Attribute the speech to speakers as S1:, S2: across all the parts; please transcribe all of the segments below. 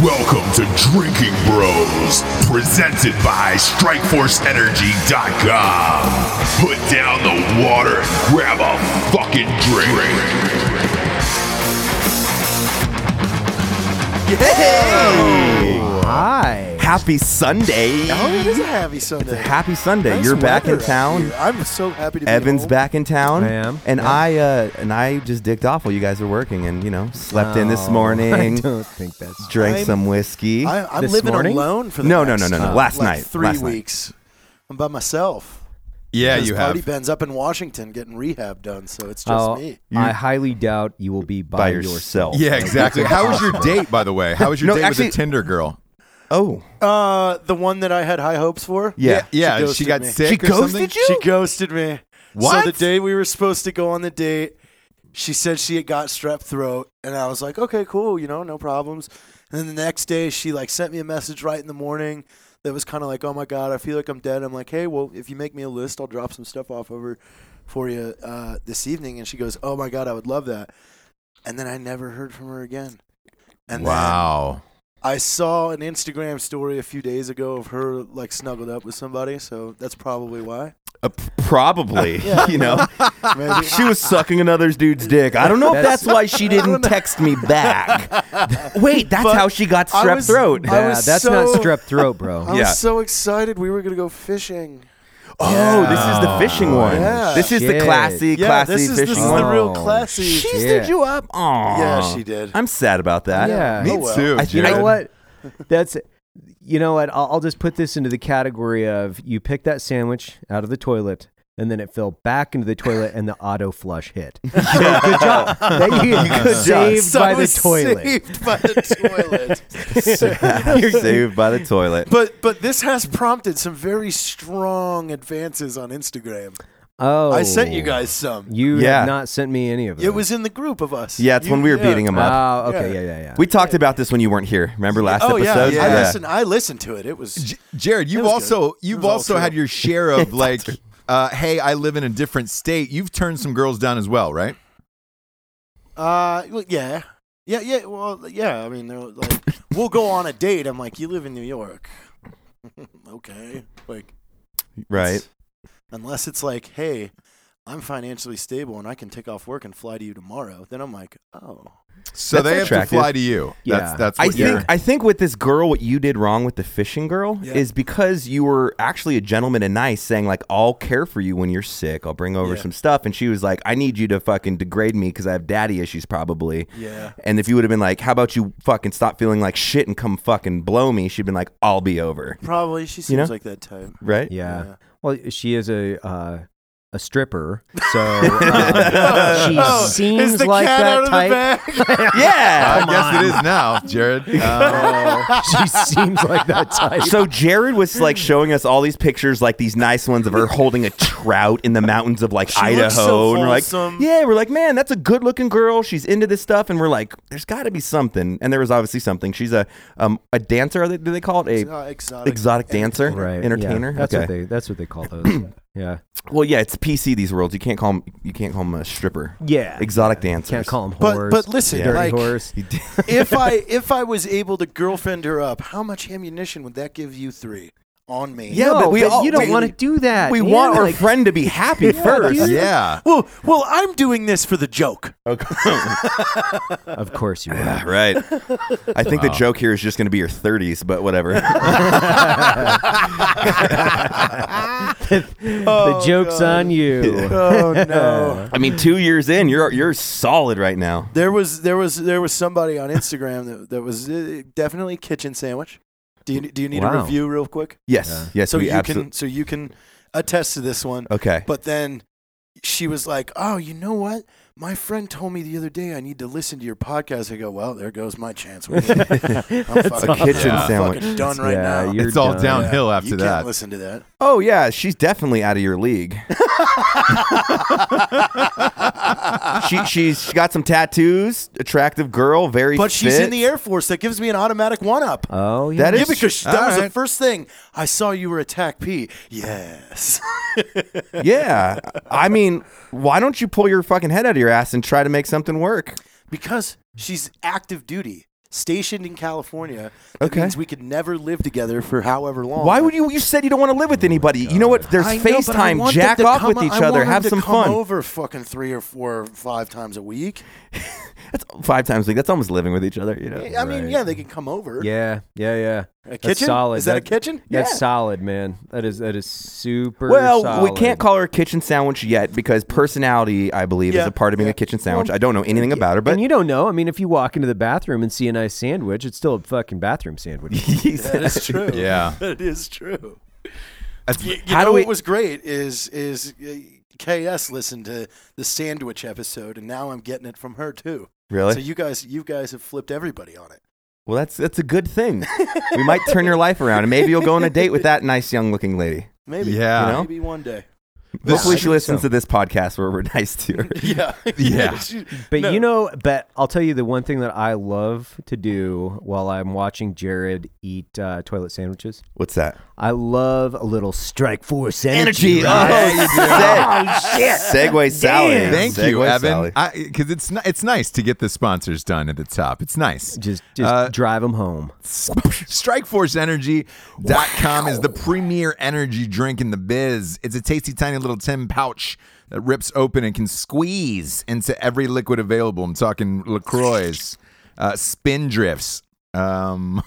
S1: Welcome to Drinking Bros, presented by StrikeForceEnergy.com. Put down the water and grab a fucking drink.
S2: Hi.
S3: Happy Sunday.
S4: Oh, it is a happy Sunday.
S3: Happy Sunday.
S4: Nice
S3: You're back
S4: weather
S3: in town.
S4: out here. I'm so happy to be
S3: Evan's
S4: home.
S3: back in town.
S2: I am.
S3: And
S2: Yeah.
S3: I uh, and I just dicked off while you guys were working and you know, slept in this morning,
S2: I don't think that's true.
S3: drank
S4: I'm-
S3: some whiskey.
S4: I, I'm
S2: This
S4: living
S2: morning?
S4: alone for the
S3: No, no,
S4: next,
S3: no, no, no.
S4: uh,
S3: Last
S4: like
S3: night.
S4: Three
S3: Last night.
S4: weeks. I'm by myself.
S5: Yeah,
S4: Because
S5: you
S4: Party
S5: have.
S4: Ben's up in Washington getting rehab done, so it's just
S2: Oh,
S4: me.
S2: I highly doubt you will be by,
S3: By yourself.
S2: yourself.
S5: Yeah, exactly. How was your date, by the way? How was your
S3: No,
S5: date
S3: actually-
S5: with the Tinder girl?
S3: oh.
S4: Uh, the one that I had high hopes for.
S3: Yeah.
S4: She
S5: yeah. She,
S4: ghosted
S5: got
S4: me.
S5: sick.
S3: She
S5: or
S3: ghosted
S5: something?
S3: you?
S4: She ghosted me.
S5: What?
S4: So the day we were supposed to go on the date, she said she had got strep throat, and I was like, okay, cool, you know, no problems. And then the next day, she like sent me a message right in the morning that was kind of like, oh my god, I feel like I'm dead. I'm like, hey, well, if you make me a list, I'll drop some stuff off over for you uh, this evening. And she goes, oh my god, I would love that. And then I never heard from her again. And then
S5: Wow.
S4: I saw an Instagram story a few days ago of her like snuggled up with somebody, so that's probably why.
S3: Uh, p- probably, you know.
S4: Maybe.
S3: She was sucking another dude's dick. I don't know if that's
S2: That's-
S3: why she didn't text me back. Wait, that's
S4: But
S3: how she got
S4: I
S3: strep
S4: was-
S3: throat.
S4: I
S2: Yeah,
S4: was
S2: that's
S4: so-
S2: not strep throat, bro.
S4: I
S3: Yeah.
S4: was so excited. We were gonna go fishing.
S3: Oh, this is the fishing one.
S4: Yeah.
S3: This is the
S2: Shit.
S3: classy,
S4: yeah,
S3: classy
S4: this is,
S3: fishing
S4: this is
S3: one.
S4: the real
S2: Oh,
S4: classy.
S3: She
S2: shit.
S3: stood you up. Aw.
S4: Yeah, she did.
S3: I'm sad about that.
S2: Yeah.
S5: Me
S4: Oh, well.
S5: too.
S3: I
S5: Jared.
S3: think
S2: You know what? That's you know what? I'll, I'll just put this into the category of you picked that sandwich out of the toilet, and then it fell back into the toilet, and the auto flush hit. So, good job. That you saved
S4: So I
S2: by the
S4: was
S2: toilet.
S4: Saved by the toilet.
S3: You're saved by the toilet.
S4: but but this has prompted some very strong advances on Instagram.
S2: Oh,
S4: I sent you guys some.
S2: You
S3: Yeah.
S2: have not sent me any of it.
S4: It was in the group of us.
S3: Yeah, it's
S4: You-
S3: when we were
S4: yeah.
S3: beating him up.
S2: Oh, okay,
S4: Yeah.
S2: yeah, yeah, yeah.
S3: we talked about this when you weren't here. Remember last
S4: Oh yeah,
S3: episode?
S4: yeah. I listened. I listened to it. It was.
S5: J- Jared, you've
S4: was good.
S5: also
S4: It
S5: you've
S4: was all
S5: also
S4: true.
S5: had your share of like, uh, hey, I live in a different state. You've turned some girls down as well, right?
S4: Uh, well, yeah, yeah, yeah. Well, yeah. I mean, they're like, we'll go on a date. I'm like, you live in New York, okay? Like,
S3: Right.
S4: unless it's like, hey, I'm financially stable and I can take off work and fly to you tomorrow. Then I'm like, oh,
S5: So
S3: That's
S5: they have
S3: attractive.
S5: to fly to you.
S2: Yeah.
S5: That's that's
S3: I
S5: what you're.
S3: think I think with this girl, what you did wrong with the fishing girl
S4: Yeah.
S3: is because you were actually a gentleman and nice, saying like, "I'll care for you when you're sick. I'll bring over
S4: Yeah.
S3: some stuff." And she was like, "I need you to fucking degrade me because I have daddy issues, probably."
S4: yeah,
S3: And if you would have been like, "How about you fucking stop feeling like shit and come fucking blow me?" She'd been like, "I'll be over."
S4: probably. She seems
S3: You know?
S4: like that type.
S3: Right?
S2: Yeah.
S4: Yeah.
S2: Well, she is a uh, a stripper, so um, she
S4: Oh,
S2: seems
S4: is the
S2: like
S4: cat
S2: that
S4: out of
S2: type.
S4: the bag?
S3: Yeah.
S5: I guess it is now, Jared. Um,
S2: she seems like that type.
S3: So Jared was like showing us all these pictures, like these nice ones of her holding a trout in the mountains of like
S4: She
S3: Idaho,
S4: looks so
S3: and we're like,
S4: wholesome.
S3: yeah, we're like, man, that's a good-looking girl. She's into this stuff, and we're like, there's got to be something, and there was obviously something. She's a um a dancer. Do they call it a
S4: Uh, exotic.
S3: exotic dancer,
S2: right, yeah.
S3: entertainer?
S2: that's
S3: okay.
S2: what they that's what they call those. yeah,
S3: well, yeah, it's PC these worlds. You can't call 'em- you can't call 'em a stripper.
S2: yeah.
S3: Exotic dancer.
S2: Can't call them
S4: But-
S2: whores.
S4: but listen,
S2: dirty
S4: like-
S2: whores.
S4: if I if I was able to girlfriend her up, how much ammunition would that give you three on me?
S3: Yeah,
S2: no,
S3: but we all-
S2: you don't
S3: we-
S2: want to do that.
S3: We
S2: man.
S3: want our
S2: Like,
S3: friend to be happy first.
S2: dude.
S5: yeah.
S4: Well, well, I'm doing this for the joke.
S2: Of course you
S3: Yeah,
S2: are.
S3: right. I think the joke here is just going to be your 30s, but whatever.
S2: the joke's on you.
S4: Oh no.
S3: I mean, two years in, you're you're solid right now.
S4: There was there was there was somebody on Instagram that, that was uh, definitely kitchen sandwich. Do you do you need a
S2: Wow.
S4: review real quick?
S3: Yes, yes,
S4: so
S3: we
S4: you
S3: absolutely.
S4: can so you can attest to this one.
S3: okay,
S4: But then she was like, "Oh, you know what? My friend told me the other day I need to listen to your podcast." I go, "Well, there goes my chance." With you. I'm fucking,
S3: a kitchen
S4: I'm
S3: sandwich.
S4: fucking done right
S2: Yeah,
S4: now.
S2: you're
S5: It's all
S2: done.
S5: downhill after
S4: you
S5: that.
S4: can't listen to that.
S3: Oh yeah, she's definitely out of your league. she she's she got some tattoos, attractive girl, very.
S4: But she's
S3: fit.
S4: in the Air Force. That gives me an automatic one up.
S3: Uh,
S2: Oh yeah.
S3: That
S4: yeah,
S3: is-
S4: because she- that
S5: all
S4: was the
S5: right.
S4: first thing I saw you were attack P. Yes.
S3: Yeah, I mean, why don't you pull your fucking head out of your ass and try to make something work?
S4: because she's active duty. stationed in California. That
S3: Okay.
S4: means we could never live together for however long.
S3: Why would you? You said you don't want to live with anybody. you know what? There's
S4: I know, but I
S3: FaceTime.
S4: want them
S3: jack
S4: to
S3: off
S4: come-
S3: with each
S4: I want
S3: other.
S4: them
S3: Have
S4: to
S3: some
S4: come
S3: fun.
S4: Over fucking three or four, or five times a week.
S3: That's five times a week. That's almost living with each other. You know.
S4: I mean, yeah, they can come over.
S2: Yeah, yeah, yeah.
S4: A
S2: That's
S4: kitchen?
S2: solid.
S4: Is that, a kitchen?
S2: That's
S3: Yeah.
S2: solid, man. That is that is super.
S3: Well,
S2: solid.
S3: we can't call her a kitchen sandwich yet because personality, I believe, is
S4: Yeah,
S3: a part of being
S4: yeah.
S3: a kitchen sandwich. I don't know anything about her, but
S2: and you don't know. I mean, if you walk into the bathroom and see a nice sandwich, it's still a fucking bathroom sandwich.
S4: That is true.
S5: Yeah.
S4: That is true.
S5: That's-
S4: You, you
S3: How do
S4: know
S3: we-
S4: what was great is is uh, KS listened to the sandwich episode, and now I'm getting it from her too.
S3: really,
S4: So you guys, you guys have flipped everybody on it.
S3: well, that's that's a good thing. we might turn your life around, and maybe you'll go on a date with that nice young looking lady.
S4: Maybe,
S5: Yeah.
S3: You know?
S4: maybe one day.
S5: This-
S3: Hopefully, she
S2: think
S3: listens
S2: so.
S3: to this podcast where we're nice to her.
S4: Yeah,
S5: Yeah.
S4: She-
S2: But
S4: no.
S2: you know, but I'll tell you the one thing that I love to do while I'm watching Jared eat uh, toilet sandwiches.
S3: What's that?
S2: I love a little strike force energy.
S3: Energy.
S2: right?
S3: Oh, shit. Segway salad.
S5: Thank
S3: Segway
S5: you,
S3: salad.
S5: Evan. Because it's ni- it's nice to get the sponsors done at the top. It's nice.
S2: Just, just
S5: Uh,
S2: drive them home.
S5: StrikeforceEnergy.com is the premier energy drink in the biz. It's a tasty, tiny little tin pouch that rips open and can squeeze into every liquid available. I'm talking LaCroix, uh, Spindrifts. Um,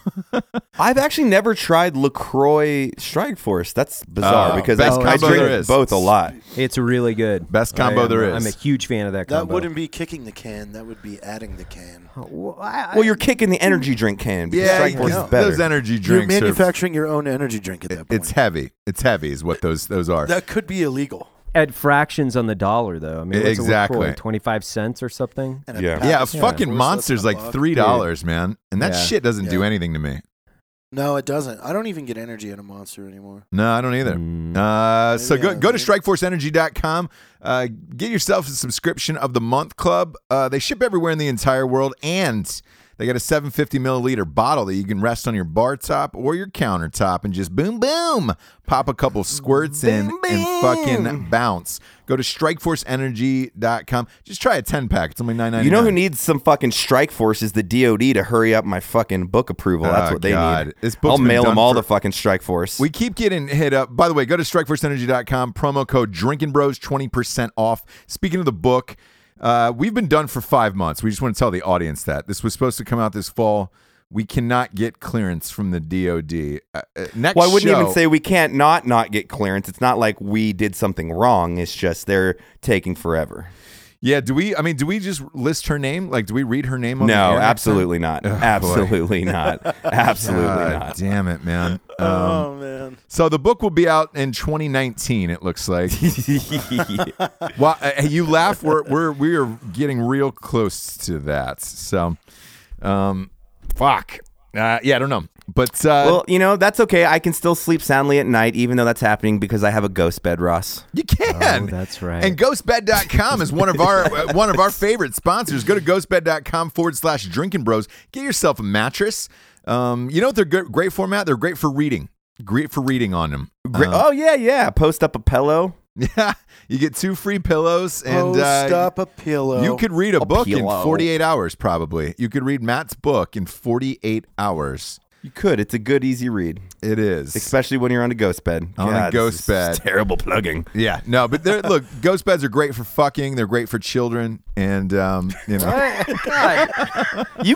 S3: I've actually never tried Lacroix Strike Force. That's bizarre
S5: Oh,
S3: because I,
S5: best
S3: I
S5: combo
S3: drink
S5: there is.
S3: both a lot.
S2: It's really good.
S5: Best combo
S2: I am-
S5: there is.
S2: I'm a huge fan of that
S4: that
S2: combo.
S4: wouldn't be kicking the can. That would be adding the can.
S2: Well, I- I-
S3: Well, you're kicking the energy drink can. Because
S5: yeah,
S3: Strike Force
S5: you-
S3: is better.
S5: those energy
S4: You're
S5: drinks. are-
S4: manufacturing your own energy drink at that point.
S5: it's heavy. It's heavy is what those those are.
S4: that could be illegal.
S2: at fractions on the dollar, though. I mean, what's a
S5: Exactly.
S2: LaCroix, twenty-five cents or something.
S4: And a
S3: Yeah.
S4: pack
S5: yeah, a
S4: of
S5: fucking
S4: Sandwich,
S5: monster's
S4: that's a
S5: like
S4: buck.
S5: three dollars, man, and that
S2: Yeah.
S5: shit doesn't do
S4: Yeah.
S5: anything to me.
S4: No, it doesn't. I don't even get energy in a monster anymore.
S5: No, I don't either.
S2: Mm.
S5: Uh, so
S4: Maybe
S5: go,
S4: I
S5: go to
S4: would.
S5: strikeforceenergy.com. Uh, get yourself a subscription of the month club. Uh, they ship everywhere in the entire world, and they got a 750 milliliter bottle that you can rest on your bar top or your countertop and just boom, boom, pop a couple squirts in and fucking bounce. Go to strikeforceenergy.com. Just try a 10 pack. It's only nine ninety nine.
S3: You know who needs some fucking strike force is the DOD to hurry up my fucking book approval. That's
S5: Oh,
S3: what they
S5: God.
S3: need.
S5: This book's
S3: I'll
S5: been
S3: mail
S5: done
S3: them all
S5: for-
S3: the fucking strike force.
S5: We keep getting hit up. By the way, go to strikeforceenergy.com, promo code drinking bros, 20% off. Speaking of the book, uh, we've been done for five months. We just want to tell the audience that this was supposed to come out this fall. We cannot get clearance from the DOD. Uh, uh, next
S3: well, I wouldn't
S5: show,
S3: even say we can't not not get clearance. It's not like we did something wrong. It's just they're taking forever.
S5: Yeah, do we? I mean, do we just list her name? Like, do we read her name? on the air
S3: No,
S5: next time?
S3: absolutely not. absolutely not. Absolutely
S5: Oh, God
S3: not.
S5: Uh,
S3: Uh,
S5: damn it, man. Um,
S4: oh man.
S5: so the book will be out in 2019. It looks like. Well, uh, hey, you laugh. We're we're we are getting real close to that. So, um, fuck. Uh, yeah, I don't know, but uh,
S3: Well, you know, that's okay. I can still sleep soundly at night, even though that's happening because I have a ghost bed, Ross.
S5: you can.
S2: Oh, that's right.
S5: And ghostbed.com is one of our uh, one of our favorite sponsors. Go to ghostbed.com forward slash drinking bros. Get yourself a mattress. Um, you know what they're good, great for, Matt? They're great for reading. Great for reading on them.
S3: Gre- oh, yeah, yeah. Post up a pillow.
S5: Yeah, you get two free pillows and
S4: Post
S5: uh,
S4: up a pillow.
S5: You could read a, book in
S3: pillow.
S5: 48 hours, probably. You could read Matt's book in 48 hours.
S3: You could. It's a good, easy read,
S5: It is.
S3: especially when you're on a ghost bed.
S5: On a
S3: God, this
S5: ghost
S3: is
S5: bed.
S3: Terrible plugging.
S5: yeah, no, but they're- look, ghost beds are great for fucking. They're great for children, and um, you know,
S3: You,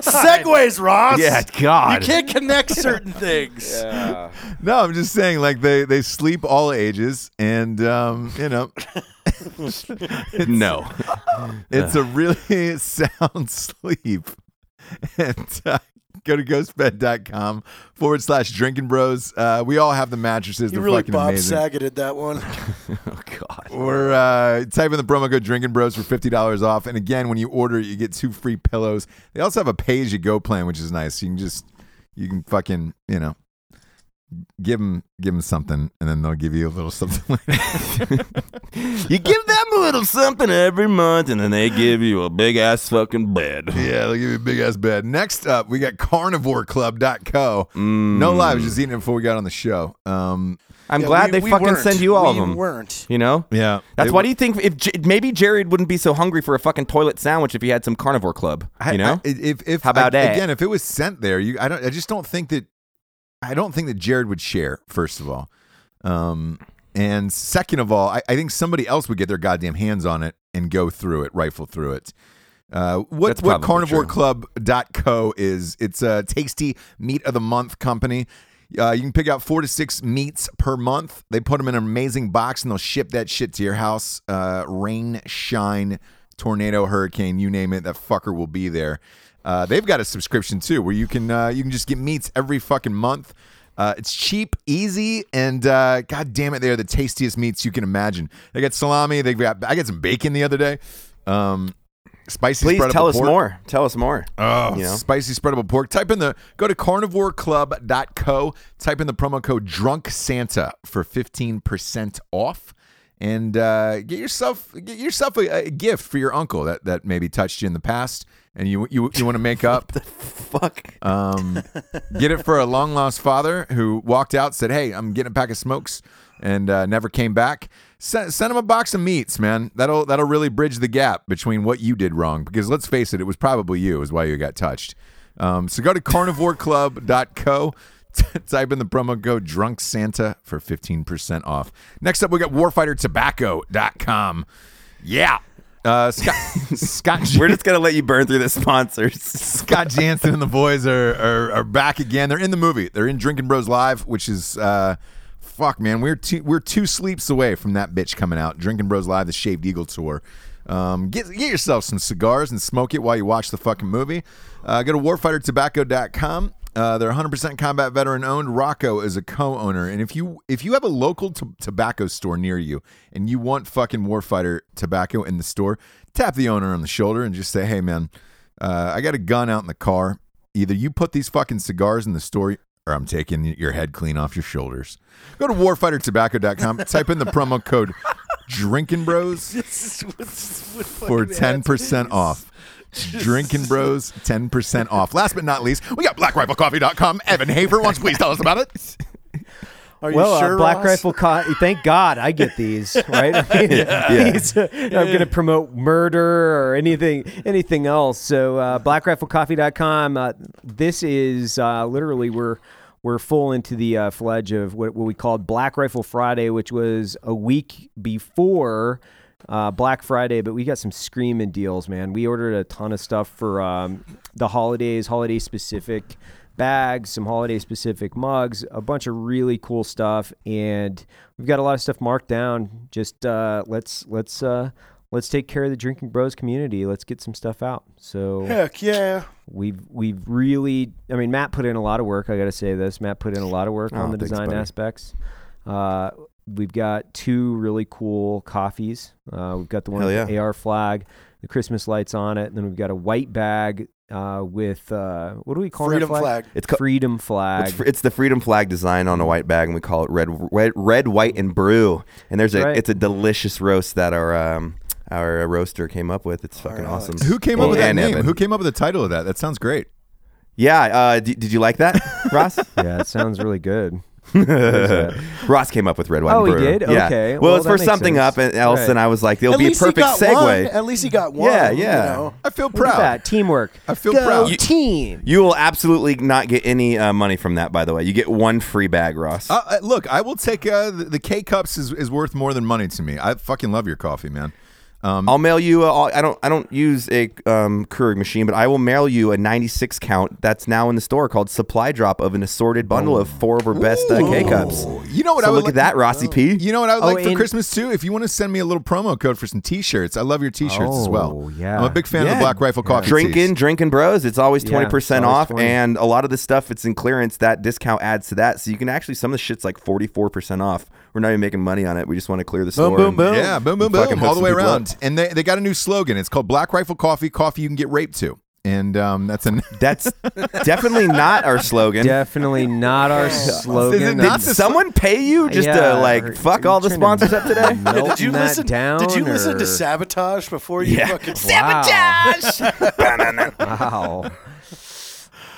S4: Segways, Ross.
S3: yeah,
S4: You
S3: God.
S4: can't connect certain things.
S5: no, I'm just saying, like they they sleep all ages, and um, you know,
S3: no.
S5: it's a really sound sleep. And uh, go to ghostbed.com forward slash drinking bros. Uh, we all have the mattresses.
S4: You
S5: They're
S4: really
S5: fucking
S4: Bob
S5: amazing.
S4: Sageted that one.
S3: Oh, God.
S5: Or uh, type in the promo code Drinking Bros for fifty dollars off. And again, when you order, you get two free pillows. They also have a pay-as-you-go plan, which is nice. You can just you can fucking you know give them give them something, and then they'll give you a little something.
S3: You give them a little something every month, and then they give you a big ass fucking bed.
S5: yeah, they'll give you a big ass bed. Next up, Mm. we got CarnivoreClub.co. No lie, I was just eating it before we got on the show. Um,
S3: Mm. I'm
S4: Yeah,
S3: glad
S4: we-
S3: they
S4: we
S3: fucking
S4: weren't.
S3: send you all of
S4: We
S3: them.
S4: weren't.
S3: You know?
S5: Yeah.
S3: That's
S5: They-
S3: why do you think if J- maybe Jared wouldn't be so hungry for a fucking toilet sandwich if he had some carnivore club?
S5: I-
S3: you know?
S5: I- if if
S3: How about
S5: I-
S3: that?
S5: again, if it was sent there, you I don't I just don't think that I don't think that Jared would share. First of all, um, and second of all, I, I think somebody else would get their goddamn hands on it and go through it, rifle through it. Uh, what
S3: That's
S5: what
S3: probably true.
S5: carnivoreclub.co is it's a tasty meat of the month company. Uh, you can pick out four to six meats per month. They put them in an amazing box and they'll ship that shit to your house. Uh, rain, shine, tornado, hurricane, you name it, that fucker will be there. Uh, they've got a subscription too where you can uh, you can just get meats every fucking month. Uh, it's cheap, easy, and uh, god damn it, they are the tastiest meats you can imagine. They got salami. They got I got some bacon the other day. Um, spicy.
S3: Please
S5: spreadable
S3: tell us
S5: pork.
S3: more. Tell us more.
S4: Uh,
S5: Oh,
S3: You know?
S5: spicy spreadable pork. Type in the go to carnivoreclub.co. Type in the promo code Drunk Santa for fifteen percent off, and uh, get yourself get yourself a, a gift for your uncle that that maybe touched you in the past, and you you you want to make up.
S3: Fuck.
S5: Um, get it for a long lost father who walked out, said, "Hey, I'm getting a pack of smokes," and uh, never came back. Send, send him a box of meats, man. That'll that'll really bridge the gap between what you did wrong. Because let's face it, it was probably you is why you got touched. Um, so go to carnivoreclub.co. t- Type in the promo code Drunk Santa for 15% off. Next up, we got warfightertobacco.com. Yeah. Uh, Scott, Scott
S3: We're just gonna let you burn through the sponsors.
S5: Scott Jansen and the boys are, are are back again. They're in the movie. They're in Drinking Bros Live, which is uh, fuck, man. We're two we're two sleeps away from that bitch coming out. Drinking Bros Live, the Shaved Eagle tour. Um, get get yourself some cigars and smoke it while you watch the fucking movie. Uh, go to warfightertobacco.com. Uh, they're 100% combat veteran owned. Rocco is a co-owner, and if you if you have a local t- tobacco store near you and you want fucking Warfighter tobacco in the store, tap the owner on the shoulder and just say, "Hey, man, uh, I got a gun out in the car. Either you put these fucking cigars in the store, or I'm taking your head clean off your shoulders. Go to warfightertobacco.com, type in the promo code Drinking Bros for 10% off. Drinking Bros, 10% off. Last but not least, we got blackriflecoffee.com. Evan Hafer, wants please tell us about it?
S4: Are you
S2: well,
S4: sure,
S2: uh, Black
S4: Ross?
S2: Rifle Co- Thank God I get these, right? I mean, these, uh, I'm going to promote murder or anything, anything else. So, uh, BlackRifleCoffee.com. Uh, this is uh, literally we're we're full into the uh, fledge of what, what we called Black Rifle Friday, which was a week before. Uh, Black Friday, but we got some screaming deals, man. We ordered a ton of stuff for um, the holidays, holiday specific bags, some holiday specific mugs, a bunch of really cool stuff, and we've got a lot of stuff marked down. Just uh, let's let's uh, let's take care of the Drinking Bros community. Let's get some stuff out. So
S4: Heck yeah.
S2: we've we've really, I mean, Matt put in a lot of work. I got to say this, Matt put in a lot of work
S3: Oh,
S2: on the
S3: thanks,
S2: design
S3: buddy.
S2: aspects. Uh, we've got two really cool coffees. Uh, we've got the one
S3: Hell
S2: with the
S3: yeah.
S2: AR flag. The Christmas lights on it, and then we've got a white bag uh, with uh, what do we call
S4: Freedom
S2: that
S4: flag.
S3: It's co-
S2: freedom flag.
S3: It's, fr- it's the freedom flag design on a white bag, and we call it red, red, red white, and brew. And there's a,
S2: Right.
S3: it's a delicious roast that our um, our roaster came up with. It's fucking
S4: Alex.
S3: awesome.
S5: Who came
S3: Well,
S5: up with that
S3: and
S5: name?
S3: Evan.
S5: Who came up with the title of that? That sounds great.
S3: Yeah. Uh, d- did you like that, Ross?
S2: yeah, it sounds really good.
S3: Ross came up with red, white,
S2: Oh,
S3: and
S2: he
S3: brew.
S2: did?
S3: Yeah.
S2: Okay.
S3: Well,
S2: Well,
S3: it's
S2: that
S3: for
S2: makes
S3: something
S2: sense.
S3: up and else,
S2: Right.
S3: and I was like, it'll
S4: At
S3: be a
S4: least he
S3: perfect
S4: got one.
S3: segue.
S4: At least he got one.
S3: Yeah,
S4: you
S3: yeah.
S4: know.
S5: I feel
S2: Look at
S5: proud.
S2: that teamwork.
S5: I feel
S2: Go
S5: proud.
S2: team.
S3: You will absolutely not get any uh, money from that, by the way. You get one free bag, Ross.
S5: Uh, uh, look, I will take uh, the, the K cups is, is worth more than money to me. I fucking love your coffee, man.
S3: I'll mail you. A, I'll- I don't. I don't use a um, Keurig machine, but I will mail you a 96 count that's now in the store called Supply Drop of an assorted bundle of four of our best uh, K cups.
S5: Ooh. You know what
S3: So
S5: I would
S3: look
S5: like-
S3: at that, Rossi P.
S5: You know what I would
S2: Oh,
S5: like for
S2: and-
S5: Christmas too? If you want to send me a little promo code for some t-shirts, I love your t-shirts as well.
S2: Oh, yeah.
S5: I'm a big fan of
S3: Yeah.
S5: the Black Rifle Coffee.
S3: drinking,
S5: tees.
S3: drinking, bros. It's always
S2: Yeah,
S3: twenty percent
S2: it's always
S3: off,
S2: 20.
S3: and a lot of the stuff it's in clearance. That discount adds to that, so you can actually some of the shit's like forty four percent off. We're not even making money on it. We just want to clear the store.
S4: boom,
S3: and-
S4: boom.
S5: Yeah, boom, boom,
S3: Fucking
S5: boom, all the
S3: hook
S5: way
S3: some people
S5: around. And they, they got a new slogan. It's called Black Rifle Coffee, coffee you can get raped to. And um, that's an
S3: That's definitely not our slogan.
S2: Definitely not our slogan.
S5: Is it
S3: Did
S5: not the-
S3: someone pay you just
S2: Yeah,
S3: to
S2: are-
S3: like fuck
S2: are
S3: all
S2: you
S3: the
S2: trying
S3: sponsors
S2: to
S3: up today?
S2: melt
S4: Did you
S2: that
S4: listen?
S2: Down
S4: did you listen
S2: or-
S4: to Sabotage before you
S3: Yeah.
S4: fucking?
S2: Wow. wow.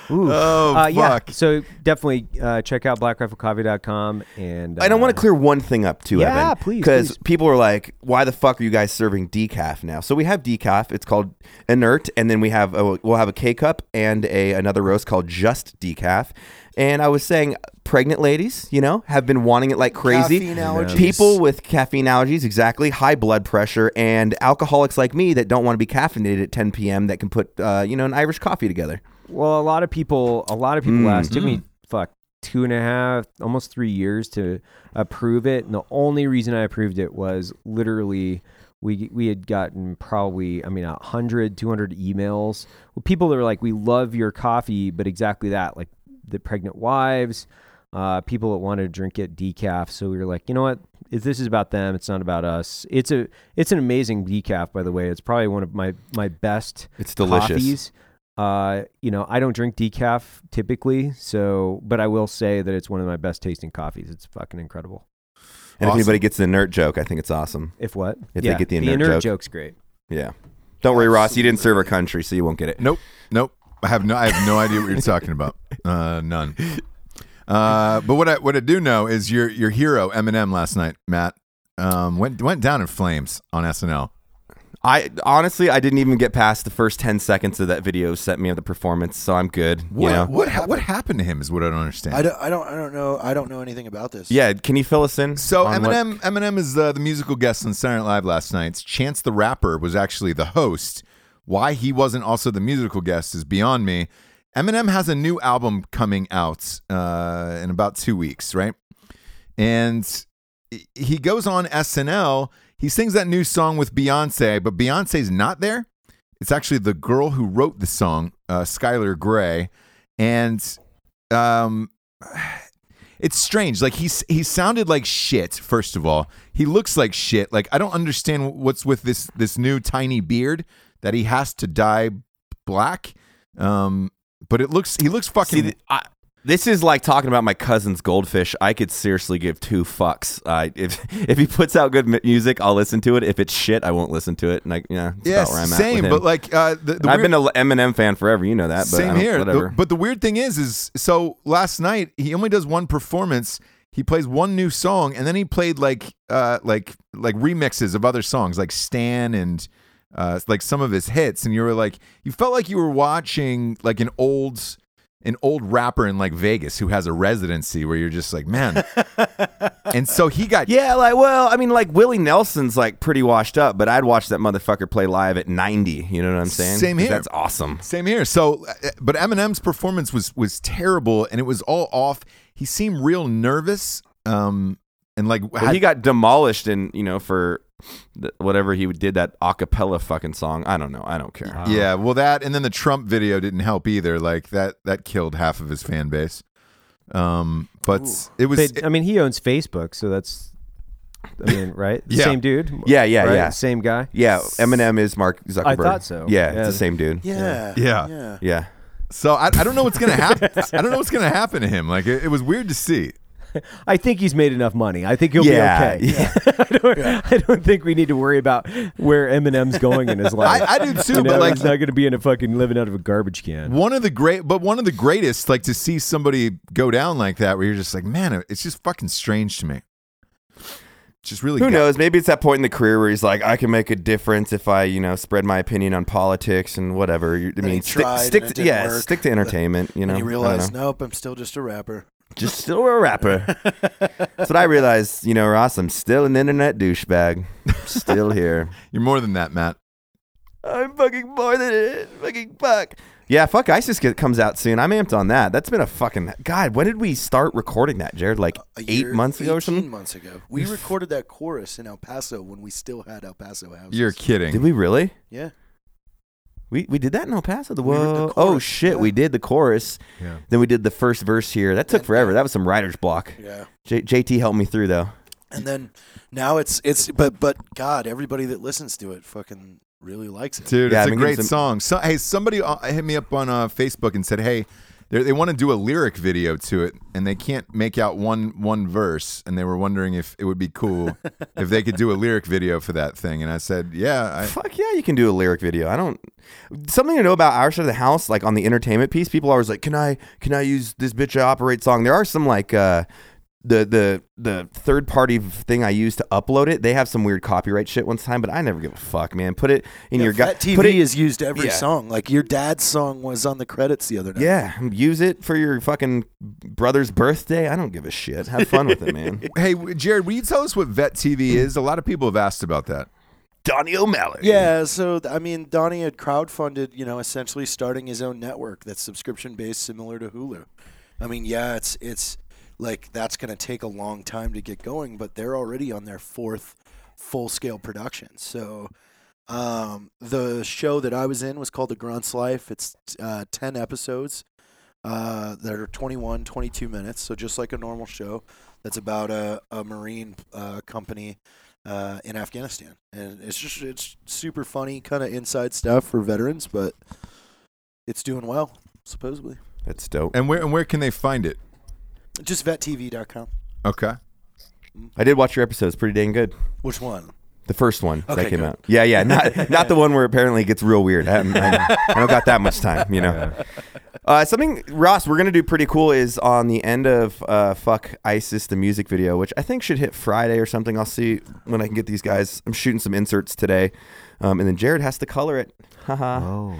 S2: Ooh.
S5: Oh,
S2: Uh, yeah.
S5: fuck.
S2: So definitely uh, check out blackriflecoffee.com and uh,
S3: I don't want to clear one thing up too,
S2: Yeah, please,
S3: Evan.
S2: please.
S3: Because people are like, "Why the fuck are you guys serving decaf now?" So we have decaf. It's called inert, and then we have a, we'll have a K cup and a another roast called just decaf. And I was saying, pregnant ladies, you know, have been wanting it like crazy.
S4: Caffeine allergies.
S3: People with caffeine allergies, exactly, high blood pressure, and alcoholics like me that don't want to be caffeinated at 10 p.m. that can put uh, you know an Irish coffee together.
S2: Well, a lot of people, a lot of people
S3: Hmm.
S2: asked. Took me fuck two and a half, almost three years to approve it, and the only reason I approved it was literally we we had gotten probably I mean 100, 200 emails with people that were like, "We love your coffee," but exactly that, like the pregnant wives. Uh, people that wanted to drink it decaf, so we were like, you know what? If this is about them, it's not about us. It's a, it's an amazing decaf, by the way. It's probably one of my my best.
S3: It's delicious.
S2: Coffees. Uh, you know, I don't drink decaf typically, so but I will say that it's one of my best tasting coffees. It's fucking incredible.
S3: And
S5: Awesome.
S3: if anybody gets the inert joke, I think it's awesome.
S2: If what?
S3: If they get the inert joke.
S2: joke's great.
S3: Yeah. Don't worry, Ross. You didn't serve our country, so you won't get it.
S5: Nope. Nope. I have no. I have no idea what you're talking about. Uh, none. Uh, but what I what I do know is your your hero Eminem last night, Matt, um, went went down in flames on SNL.
S3: I honestly, I didn't even get past the first ten seconds of that video. Sent me of the performance, so I'm good. you
S5: What
S3: know?
S5: what happened? what happened to him is what I don't understand.
S4: I don't, I don't, I don't know. I don't know anything about this.
S3: Yeah, can you fill us in?
S5: so
S3: on what-
S5: Eminem Eminem is uh, the musical guest on Saturday Night Live last night. Chance the Rapper was actually the host. Why he wasn't also the musical guest is beyond me. Eminem has a new album coming out uh, in about two weeks, right? and he goes on SNL. He sings that new song with Beyonce, but Beyonce's not there. It's actually the girl who wrote the song, uh, Skylar Gray, and um, it's strange. Like he he sounded like shit. First of all, he looks like shit. Like I don't understand what's with this this new tiny beard that he has to dye black. Um, but it looks he looks fucking.
S3: See, th- I, this is like talking about my cousin's goldfish. I could seriously give two fucks. I if if he puts out good mu- music, I'll listen to it. If it's shit, I won't listen to it. And I, yeah, that's
S5: yes,
S3: about where I'm at
S5: same.
S3: with him.
S5: But like uh, the, the
S3: And I've
S5: weird-
S3: been an Eminem fan forever. You know that. But I
S5: Same
S3: don't-
S5: here. The-
S3: Whatever.
S5: but the weird thing is, is so last night he only does one performance. He plays one new song, and then he played like uh like like remixes of other songs, like Stan and uh like some of his hits. And you were like, you felt like you were watching like an old an old rapper in like Vegas who has a residency where you're just like, man. and so he got
S3: Yeah, like well, I mean, like Willie Nelson's like pretty washed up, but I'd watch that motherfucker play live at ninety. You know what I'm saying?
S5: Same
S3: 'Cause
S5: here.
S3: That's awesome.
S5: Same here. So, uh, but Eminem's performance was was terrible, and it was all off. He seemed real nervous, um, and like
S3: Well,
S5: had-
S3: he got demolished, and you know for th- whatever he did that acapella fucking song. I don't know. I don't care.
S5: yeah. Well, that and then the Trump video didn't help either. Like that that killed half of his fan base. Um, but it was
S2: But I mean, he owns Facebook, so that's. I mean, right? The
S5: Yeah.
S2: Same dude.
S3: Yeah, yeah,
S2: right?
S3: yeah.
S2: Same guy.
S3: Yeah, Eminem is Mark Zuckerberg.
S2: I thought so.
S3: Yeah,
S2: Yeah.
S3: it's the same dude. Yeah.
S4: Yeah.
S5: Yeah.
S4: Yeah.
S5: so I, I don't know what's gonna happen. I don't know what's gonna happen to him. Like it, it was weird to see.
S2: I think he's made enough money. I think he'll
S3: Yeah,
S2: be okay. I, don't, I don't think we need to worry about where Eminem's going in his life.
S5: I, I do too,
S2: You know,
S5: but like
S2: he's not going to be in a fucking living out of a garbage can.
S5: one of the great but one of the greatest like to see somebody go down like that where you're just like man it's just fucking strange to me just really
S3: Who
S5: got-
S3: knows? Maybe it's that point in the career where he's like, I can make a difference if I, you know, spread my opinion on politics and whatever. You- I mean,
S4: he
S3: stick,
S4: tried
S3: stick
S4: and it
S3: to,
S4: didn't
S3: yeah,
S4: work.
S3: stick to entertainment. You know,
S4: And
S3: I
S4: you
S3: don't
S4: realize,
S3: know.
S4: nope, I'm still just a rapper.
S3: just still a rapper. That's what I realized, you know, Ross, I'm still an internet douchebag. Still here.
S5: you're more than that matt
S3: I'm fucking more than it. Fucking fuck. Yeah, fuck ISIS get, comes out soon. I'm amped on that. That's been a fucking God. When did we start recording that, Jared? Like
S4: A
S3: eight
S4: year-
S3: months ago or
S4: 18
S3: something?
S4: months ago. We recorded that chorus in El Paso when we still had El Paso houses.
S5: you're
S3: Did
S5: kidding
S3: we really?
S4: yeah.
S3: We we did that in El Paso. The
S4: We did the
S3: whoa. oh
S4: chorus,
S3: shit,
S4: yeah.
S3: we did the chorus.
S5: Yeah.
S3: Then we did the first verse here. That took forever. That was some writer's block.
S4: Yeah.
S3: J- JT helped me through though.
S4: And then now it's it's but but God, everybody that listens to it fucking really likes it.
S5: dude
S3: Yeah,
S5: it's
S3: I've
S5: a
S3: been
S5: great
S3: getting
S5: song so hey somebody uh, hit me up on uh, facebook and said hey They're, they want to do a lyric video to it, and they can't make out one one verse. And they were wondering if it would be cool if they could do a lyric video for that thing. And I said, yeah, I,
S3: Fuck yeah, you can do a lyric video. I don't something to know about our side of the house, like on the entertainment piece. People are always like, "Can I can I use this bitch I operate song?" There are some like uh, the the the third party thing I use to upload it. They have some weird copyright shit once time, but I never give a fuck, man. Put it in your gut.
S4: Fat TV
S3: put it,
S4: is used every
S3: Yeah.
S4: song. Like your dad's song was on the credits the other night.
S3: yeah. Use it for your fucking brother's birthday. I don't give a shit. Have fun with it, man.
S5: hey Jared, will you tell us what Vet TV is? A lot of people have asked about that.
S3: Donnie O'Malley.
S4: Yeah, so th- I mean, Donnie had crowdfunded, you know, essentially starting his own network that's subscription based, similar to Hulu. I mean, yeah, it's it's like that's going to take a long time to get going, but they're already on their fourth full scale production. So um, the show that I was in was called The Grunt's Life. It's uh, ten episodes uh, that are 21, 22 minutes. So just like a normal show, that's about a, a Marine uh, company uh, in Afghanistan, and it's just it's super funny, kind of inside stuff for veterans, but it's doing well supposedly.
S3: That's dope.
S5: And where and where can they find it?
S4: Just vettv.com.
S5: Okay.
S3: I did watch your episode. It's pretty dang good.
S4: Which one?
S3: The first one that
S4: Okay,
S3: came
S4: good.
S3: out. Yeah, yeah, not not the one where apparently it gets real weird. I, haven't- I, haven't- I don't got that much time, you know. Uh, something Ross, we're gonna do pretty cool is on the end of uh, "Fuck ISIS" the music video, which I think should hit Friday or something. I'll see when I can get these guys. I'm shooting some inserts today, um, and then Jared has to color it. Haha.
S2: Oh.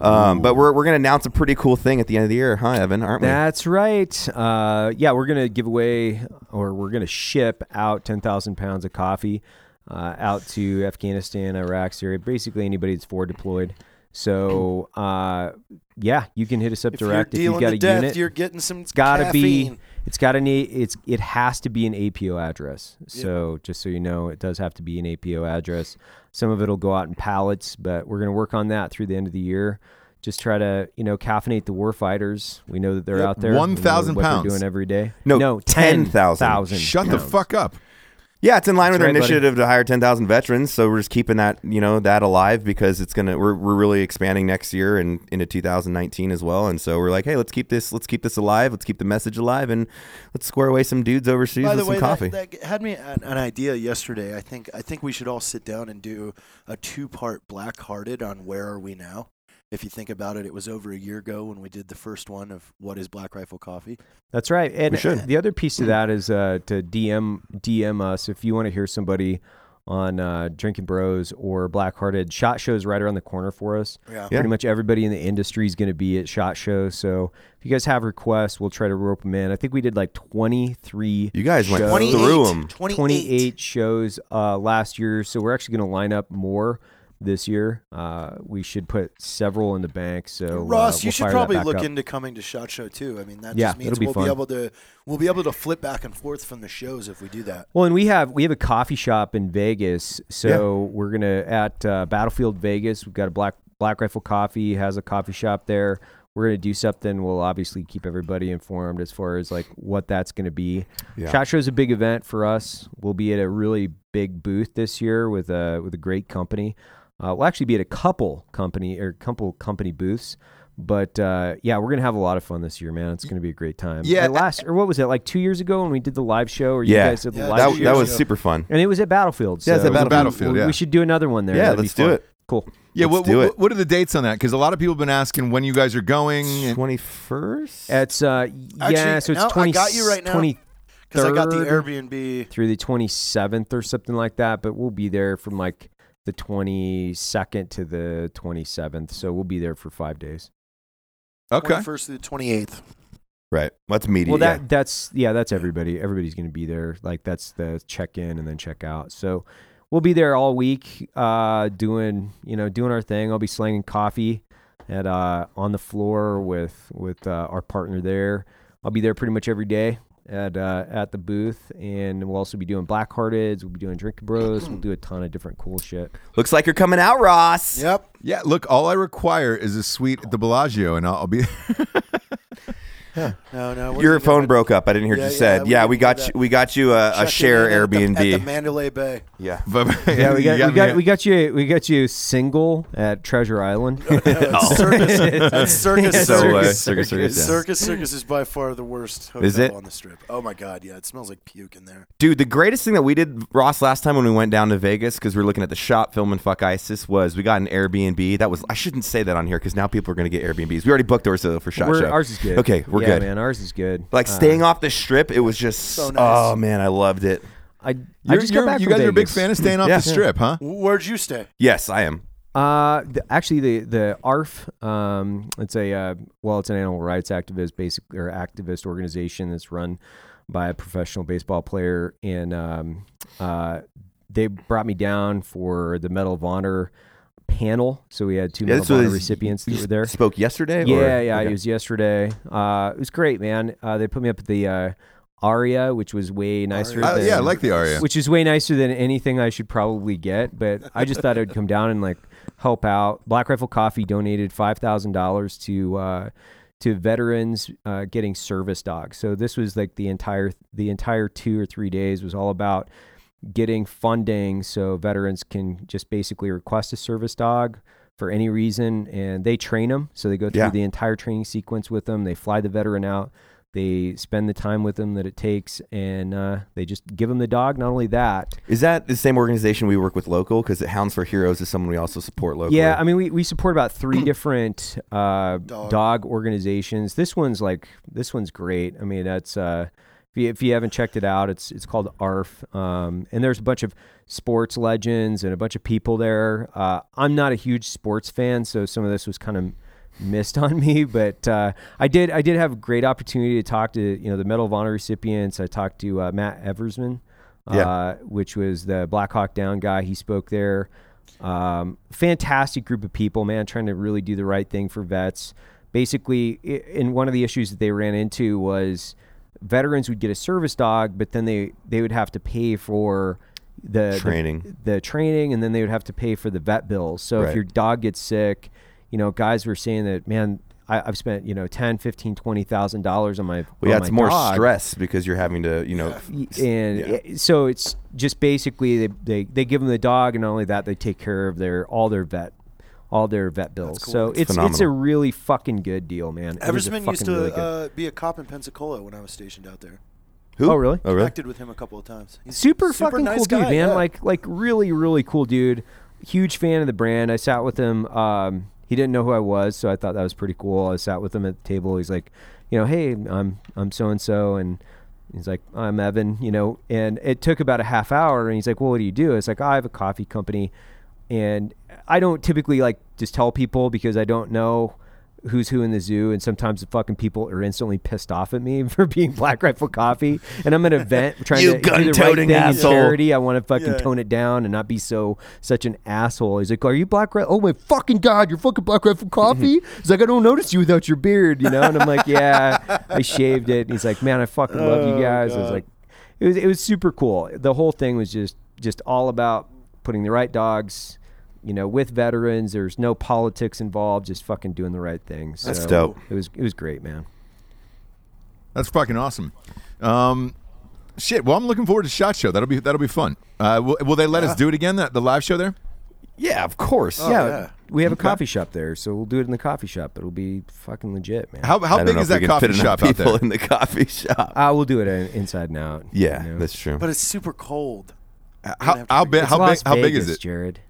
S3: um, but we're we're gonna announce a pretty cool thing at the end of the year, huh, Evan? Aren't we?
S2: That's right. Uh, yeah, we're gonna give away, or we're gonna ship out ten thousand pounds of coffee uh, out to Afghanistan, Iraq, Syria, basically anybody that's forward deployed. So, uh, yeah, you can hit us up
S4: If
S2: direct if
S4: you're dealing
S2: you've got
S4: to
S2: a
S4: death,
S2: unit.
S4: you're getting some.
S2: it's gotta
S4: caffeine.
S2: be. It's gotta need. It's it has to be an APO address. So just so you know, it does have to be an APO address. Some of it'll go out in pallets, but we're gonna work on that through the end of the year. Just try to you know caffeinate the war fighters. We know that they're out there. We know
S5: 1,000
S2: what they're
S5: pounds.
S2: doing every day.
S3: No,
S2: no,
S3: 10,000.
S5: Shut the fuck up.
S3: Yeah, it's in line with our
S2: right, buddy.
S3: initiative to hire ten thousand veterans. So we're just keeping that you know that alive because it's gonna we're, we're really expanding next year and into 2019 as well. And so we're like, hey, let's keep this let's keep this alive. Let's keep the message alive and let's square away some dudes overseas
S4: By
S3: with
S4: the
S3: some
S4: way,
S3: coffee.
S4: That, that had me an, an idea yesterday. I think I think we should all sit down and do a two-part Black Hearted on where are we now. If you think about it, it was over a year ago when we did the first one of what is Black Rifle Coffee.
S2: That's right. And
S3: should.
S2: the other piece
S4: Hmm.
S2: to that is uh, to DM DM us if you want to hear somebody on uh, Drinking Bros or Black Hearted. Shot Show's right around the corner for us.
S4: Yeah.
S2: Pretty much everybody in the industry is going to be at Shot Show. So if you guys have requests, we'll try to rope them in. I think we did like 23
S3: you guys went
S2: Show.
S3: through them.
S4: 28.
S2: 28 shows uh, last year, so we're actually going to line up more this year. Uh, we should put several in the bank. So uh,
S4: Ross, you
S2: we'll
S4: should
S2: fire that
S4: probably
S2: back
S4: look
S2: up.
S4: into coming to Shot Show too. I mean, that
S2: Yeah,
S4: just means
S2: it'll be
S4: we'll
S2: fun.
S4: be able to we'll be able to flip back and forth from the shows if we do that.
S2: Well, and we have we have a coffee shop in Vegas, so we're gonna at uh, Battlefield Vegas. We've got a black Black Rifle Coffee has a coffee shop there. We're gonna do something. We'll obviously keep everybody informed as far as like what that's gonna be. Shot Show is a big event for us. We'll be at a really big booth this year with a with a great company. Uh, we'll actually be at a couple company or couple company booths. But uh, yeah, we're gonna have a lot of fun this year, man. It's gonna be a great time.
S5: Yeah.
S2: Uh, last or what was it like two years ago when we did the live show? Or you
S3: Yeah,
S2: guys did the
S4: Yeah,
S2: live
S3: that,
S2: show?
S3: that was
S4: ago.
S3: super fun.
S2: And it was at Battlefield.
S3: Yeah, it's
S2: so-
S3: at It was at
S5: Battlefield,
S2: We-
S5: yeah.
S2: We should do another one there.
S3: Yeah,
S2: That'd be
S3: let's do
S2: fun.
S3: it.
S2: Cool.
S5: Yeah,
S3: Let's
S5: what,
S3: do
S5: what,
S3: it.
S5: what are the dates on that? Because a lot of people have been asking when you guys are going.
S3: Twenty first.
S2: It's uh, yeah.
S4: Actually,
S2: So it's
S4: no, I
S2: twenty.
S4: got you right now.
S2: Twenty
S4: Because I got the
S2: Third.
S4: Airbnb.
S2: through the twenty seventh or something like that. But we'll be there from like the twenty second to the twenty seventh. So we'll be there for five days.
S5: Okay.
S4: First through the twenty eighth.
S3: Right. Let's meet
S2: Well,
S3: you.
S2: that that's yeah, that's everybody. Everybody's going to be there. Like that's the check in and then check out. So we'll be there all week, uh, doing you know doing our thing. I'll be slanging coffee at uh, on the floor with with uh, our partner there. I'll be there pretty much every day at uh, at the booth, and we'll also be doing Black Hearteds. We'll be doing Drinking Bros. We'll do a ton of different cool shit.
S3: Looks like you're coming out, Ross.
S4: Yep.
S5: Yeah, look, all I require is a suite at the Bellagio, and I'll, I'll be.
S4: No,
S3: Your
S4: no. we're gonna go
S3: phone
S4: with-
S3: broke up. I didn't hear
S4: Yeah,
S3: what you
S4: yeah,
S3: said.
S4: we
S3: Yeah,
S4: can
S3: we
S4: do
S3: got
S4: that.
S3: you, we got you a, a
S4: Checking
S3: share
S4: in at the-
S3: Airbnb.
S4: at the Mandalay Bay.
S3: yeah.
S2: Yeah, we got, we
S5: me
S2: got
S5: at-
S2: we got you we got you single at Treasure Island.
S4: That's circus. That's circus.
S3: So, uh,
S4: circus.
S3: Circus Circus, yeah.
S4: Circus Circus is by far the worst hotel
S3: Is it?
S4: on the strip. Oh my god, yeah, it smells like puke in there.
S3: Dude, the greatest thing that we did, Ross, last time when we went down to Vegas, because we were looking at the shop filming Fuck ISIS, was we got an Airbnb. That was, I shouldn't say that on here because now people are going to get Airbnbs. We already booked ours though for Shot
S2: We're-
S3: Show.
S2: ours is good.
S3: Okay, we're
S2: yeah,
S3: good.
S2: man. Ours is good.
S3: Like
S2: Uh,
S3: staying off the strip, it was just,
S4: nice.
S3: oh man, I loved it.
S2: I, I
S5: You're-
S2: just
S5: you're-
S2: got back.
S5: you
S2: from
S5: guys are a big
S2: Vegas.
S5: fan of staying off
S3: Yeah.
S5: the strip, huh?
S4: W- Where'd you stay?
S3: Yes, I am.
S2: Uh, the, actually, the the ARF, um, it's a uh, well, it's an animal rights activist, basic or activist organization that's run by a professional baseball player, and um, uh, they brought me down for the Medal of Honor panel. So we had two
S3: Yeah,
S2: Medal
S3: this
S2: of Honor
S3: was-
S2: recipients
S3: You
S2: that were there.
S3: spoke yesterday?
S2: Yeah,
S3: or-
S2: yeah,
S3: okay.
S2: it was yesterday. Uh, it was great, man. Uh, they put me up at the uh, Aria, which was way nicer.
S5: Uh,
S2: than,
S5: yeah, I like the Aria.
S2: which is way nicer than anything I should probably get. But I just thought I'd come down and like help out. Black Rifle Coffee donated five thousand dollars to uh, to veterans uh, getting service dogs. So this was like the entire the entire two or three days was all about getting funding so veterans can just basically request a service dog for any reason and they train them so they go through
S3: Yeah.
S2: the entire training sequence with them they fly the veteran out they spend the time with them that it takes and uh, they just give them the dog not only that
S3: Is that the same organization we work with local? Because Hounds for Heroes is someone we also support locally.
S2: yeah i mean we, we support about three different uh, dog. organizations this one's like this one's great i mean that's uh, if you, if you haven't checked it out it's it's called arf um, and there's a bunch of sports legends and a bunch of people there uh, i'm not a huge sports fan so some of this was kind of missed on me, but uh, I did. I did have a great opportunity to talk to you know the Medal of Honor recipients. I talked to uh, Matt Eversman, uh,
S3: Yeah.
S2: which was the Black Hawk Down guy. He spoke there. Um, fantastic group of people, man, trying to really do the right thing for vets. Basically, i and one of the issues that they ran into was veterans would get a service dog, but then they they would have to pay for the the-
S3: Training.
S2: the training, and then they would have to pay for the vet bills. So if
S3: Right.
S2: your dog gets sick, you know, guys were saying that, man, I, I've spent, you know, 10, 15, 20,000 dollars on my,
S3: Well, yeah,
S2: on
S3: it's
S2: Oh my
S3: more
S2: dog.
S3: stress because you're having to, you know,
S2: Y- And
S3: Yeah.
S2: it- so it's just basically they, they, they give them the dog and not only that, they take care of their, all their vet, all their vet bills. So it's, it's a
S3: phenomenal.
S2: really fucking good deal, man. It is a
S4: Eversman used
S2: fucking
S4: to
S2: really good-
S4: uh, be a cop in Pensacola when I was stationed out there.
S3: who?
S2: Oh, really?
S3: Oh, really?
S4: Connected with him a couple of times. He's
S2: super, fucking
S4: nice
S2: cool dude,
S4: guy,
S2: man.
S4: yeah.
S2: Like like really really cool dude. Huge fan of the brand. I sat with him. Um, he didn't know who I was, so I thought that was pretty cool. I sat with him at the table. He's like, you know, hey, I'm I'm so and so, and he's like, I'm Evan, you know. And it took about a half hour, and he's like, well, what do you do? It's like I have a coffee company, and I don't typically like just tell people because I don't know who's who in the zoo and sometimes the fucking people are instantly pissed off at me for being black rifle coffee and i'm at an event trying
S3: You
S2: to do the right
S3: gun-toting
S2: thing in
S3: asshole.
S2: charity i want to fucking
S4: Yeah.
S2: tone it down and not be so such an asshole he's like are you black rifle oh my fucking god you're fucking black rifle coffee he's like i don't notice you without your beard you know and i'm like yeah i shaved it and he's like man i fucking love
S3: Oh,
S2: you guys i was like it was it was super cool the whole thing was just just all about putting the right dogs you know, with veterans. There's no politics involved. Just fucking doing the right thing. So
S3: That's dope.
S2: It was it was great, man.
S5: That's fucking awesome. Um, shit. Well, I'm looking forward to Shot Show. That'll be that'll be fun. Uh, will, will they let us do it again? The, the live show there?
S3: Yeah, of course.
S2: yeah,
S4: yeah.
S2: we have a coffee shop there, so we'll do it in the coffee shop. It'll be fucking legit, man.
S5: How
S3: I
S5: how
S3: don't
S5: big
S3: know
S5: is
S3: if we
S5: that
S3: can
S5: coffee
S3: fit enough
S5: shop out
S3: people
S5: there?
S3: in the coffee shop?
S2: I will Uh, do it in, inside and out.
S3: Yeah,
S2: you know?
S3: that's true.
S4: But it's super cold.
S5: How, how big
S2: It's
S5: how big
S2: Las
S5: how big is
S2: Vegas,
S5: it?
S2: Jared?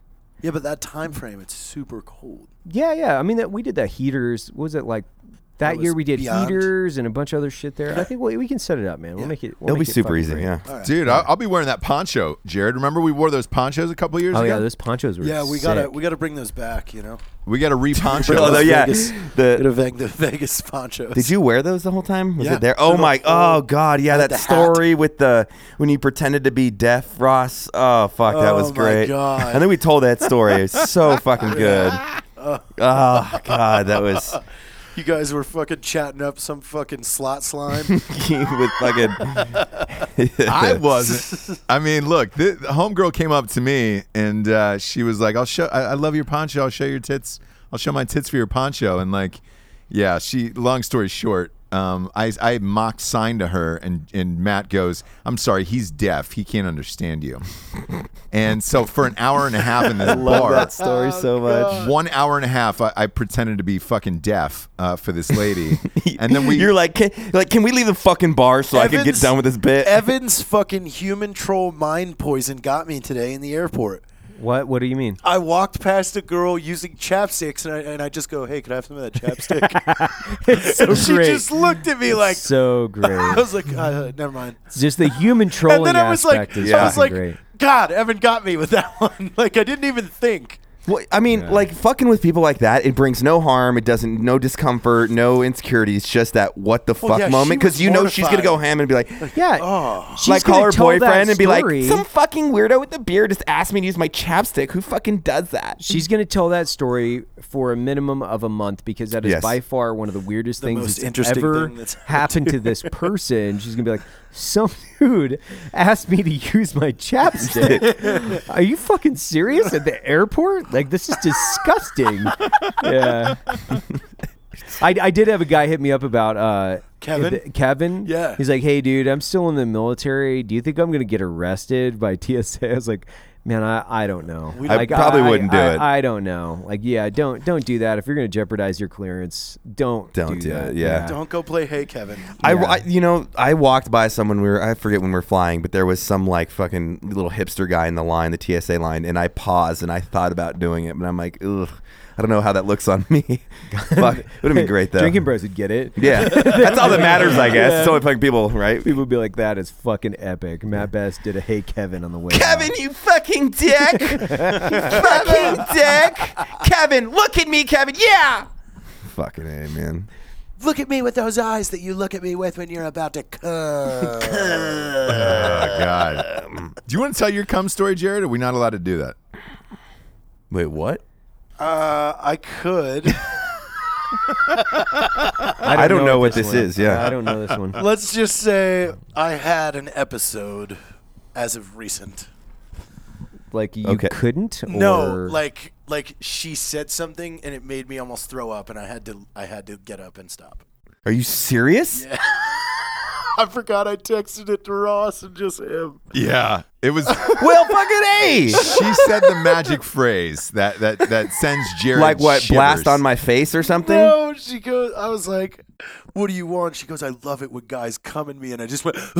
S4: Yeah, but that time frame, it's super cold.
S2: Yeah, yeah. I mean, that we did the heaters. What was it like? That
S4: That
S2: year
S4: was
S2: we did
S4: beyond.
S2: heaters and a bunch of other shit there. I think we, we can set it up, man. We'll make it. We'll
S3: It'll be
S2: make it
S3: super
S2: fucking
S3: easy.
S2: great.
S3: Yeah.
S5: Dude, I'll, I'll be wearing that poncho, Jared. Remember we wore those ponchos a couple years
S2: Oh
S5: ago.
S2: yeah, those ponchos were.
S4: Yeah, we gotta
S2: sick.
S4: we gotta bring those back. You know,
S5: we got a re-poncho.
S3: Oh, no, yeah.
S4: Vegas.
S3: The,
S4: gotta bang the Vegas ponchos.
S3: did you wear those the whole time? Was
S4: Yeah.
S3: it there? Oh
S4: The
S3: my!
S4: whole-
S3: Oh god! Yeah,
S4: had
S3: that
S4: the hat.
S3: story with the when you pretended to be deaf, Ross. Oh fuck, that
S4: Oh,
S3: was
S4: my
S3: great.
S4: God.
S3: And then we told that story. It's so fucking good. Oh god, that was
S4: You guys were fucking chatting up some fucking slot slime.
S3: with fucking.
S5: I wasn't. I mean, look, the, the homegirl came up to me and uh, she was like, "I'll show. I, I love your poncho. I'll show your tits. I'll show my tits for your poncho." And like, yeah, she. Long story short, Um, I I mocked sign to her, and and Matt goes, "I'm sorry, he's deaf. He can't understand you." and so for an hour and a half in this
S3: Love
S5: bar,
S3: that story so much.
S5: one hour and a half, I, I pretended to be fucking deaf uh, for this lady, and then we
S3: you're like, can, you're like, can we leave the fucking bar so I can get
S4: Evans-
S3: done with this bit?
S4: Evan's fucking human troll mind poison got me today in the airport.
S2: What? What do you mean?
S4: I walked past a girl using chapsticks, and I, and I just go, "Hey, could I have some of that chapstick?"
S2: It's so
S4: and she
S2: great.
S4: just looked at me like,
S2: so
S4: I
S2: great.
S4: was like, uh, "Never mind."
S2: Just the human
S4: And
S2: trolling
S4: then I was like,
S2: aspect is
S4: I was
S2: fucking
S4: like,
S2: great.
S4: "God, Evan got me with that one." Like I didn't even think.
S3: Well, I mean, like fucking with people like that, it brings no harm. It doesn't, no discomfort, no insecurity. It's just that what the fuck
S4: Well, yeah, she
S3: moment because
S4: was
S3: you know she's gonna
S4: mortified.
S3: go ham and be like,
S2: Yeah.
S4: Oh.
S2: she's
S3: like call
S2: gonna
S3: her
S2: tell that
S3: boyfriend and be like,
S2: story-
S3: some fucking weirdo with a beard just asked me to use my chapstick. Who fucking does that?
S2: She's going to tell that story for a minimum of a month because that is
S3: Yes.
S2: by far one of the weirdest things
S4: most
S2: that's
S4: interesting
S2: ever
S4: thing that's
S2: happened to this person. She's going to be like, "Some dude asked me to use my chapstick. Are you fucking serious at the airport? Like this is disgusting." yeah. I, I did have a guy hit me up about uh,
S4: Kevin?
S2: the- Kevin.
S4: Yeah.
S2: He's like, hey, dude, I'm still in the military. Do you think I'm going to get arrested by TSA? I was like, man, I, I don't know.
S4: We-
S5: I
S2: Like,
S5: probably wouldn't do
S2: I-
S5: it.
S2: I don't know. Like, yeah, don't don't do that. If you're going to jeopardize your clearance, don't
S3: Don't do
S2: that.
S3: it, yeah.
S4: Don't go play Hey Kevin.
S3: I,
S2: Yeah.
S3: I- you know, I walked by someone. We were, I forget when we were flying, but there was some like fucking little hipster guy in the line, the TSA line, and I paused and I thought about doing it, but I'm like, ugh, I don't know how that looks on me. Fuck, it would have been great though.
S2: Drinking bros would get it.
S3: yeah, that's all that matters, I guess. It's only fucking people, right?
S2: People would be like, that is fucking epic. Matt Best did a hey Kevin on the way. out.
S3: Kevin, you fucking dick, you fucking dick, Kevin, look at me, Kevin, yeah. Fucking a man.
S4: Look at me with those eyes that you look at me with when you're about to come.
S5: oh god. Do you want to tell your cum story, Jared? Are we not allowed to do that?
S3: Wait, what?
S4: uh, I could.
S2: I
S3: I don't know what this
S2: one-
S3: is, yeah.
S2: I don't know this one.
S4: Let's just say I had an episode as of recent.
S2: Like, you
S3: Okay.
S2: couldn't? Or...
S4: No, like like she said something and it made me almost throw up and I had to I had to get up and stop.
S3: Are you serious?
S4: I forgot I texted it to Ross and just him.
S5: Yeah, it was. she
S3: Well, fucking a.
S5: said the magic phrase that that that sends Jared
S3: like what
S5: shivers.
S3: blast on my face or something
S4: No, she goes I was like, What do you want? She goes, I love it when guys come at me and I just went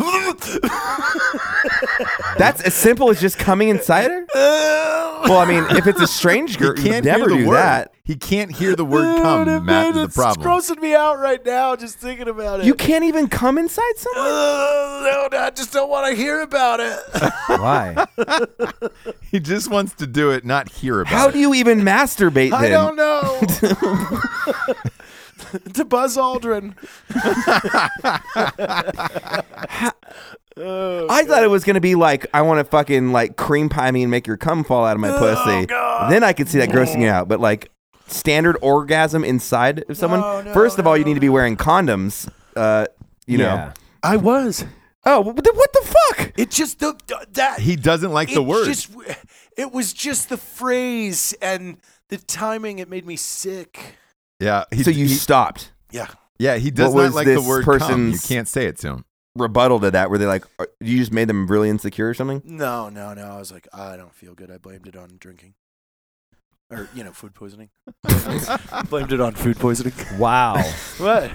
S3: that's as simple as just coming inside her well i mean if it's a strange girl
S5: He
S3: you
S5: can't
S3: never
S5: hear the
S3: do
S5: word.
S3: that
S5: He can't hear the word "come." Matt is the
S4: it's
S5: problem.
S4: grossing me out right now just thinking about it.
S3: you can't even come inside someone
S4: no, no, I just don't want to hear about it.
S2: Why?
S5: He just wants to do it, not hear about
S3: how
S5: it.
S3: do you even masturbate then
S4: I don't know. to Buzz Aldrin.
S3: I thought it was gonna be like i want to fucking like cream pie me and make your cum fall out of my
S4: Oh,
S3: pussy then i could see that grossing you out but like standard orgasm inside of someone
S4: No, no,
S3: first of all you
S4: no,
S3: need to be wearing condoms uh you know
S2: Yeah.
S4: I was.
S3: oh what the, what the fuck
S4: It just the that
S5: he doesn't like the
S4: it
S5: word.
S4: Just, it was just the phrase and the timing. It made me sick.
S5: yeah. He,
S3: so you
S5: he-
S3: stopped
S4: Yeah.
S5: yeah. He does
S3: What
S5: not
S3: was
S5: like the
S3: this
S5: word "come." You
S3: person's-
S5: can't say it to him.
S3: rebuttal to that where they like "Are- you just made them really insecure or something
S4: No, no, no. I was like, I don't feel good. I blamed it on drinking, or you know, food poisoning. blamed it on food poisoning.
S2: Wow.
S4: What?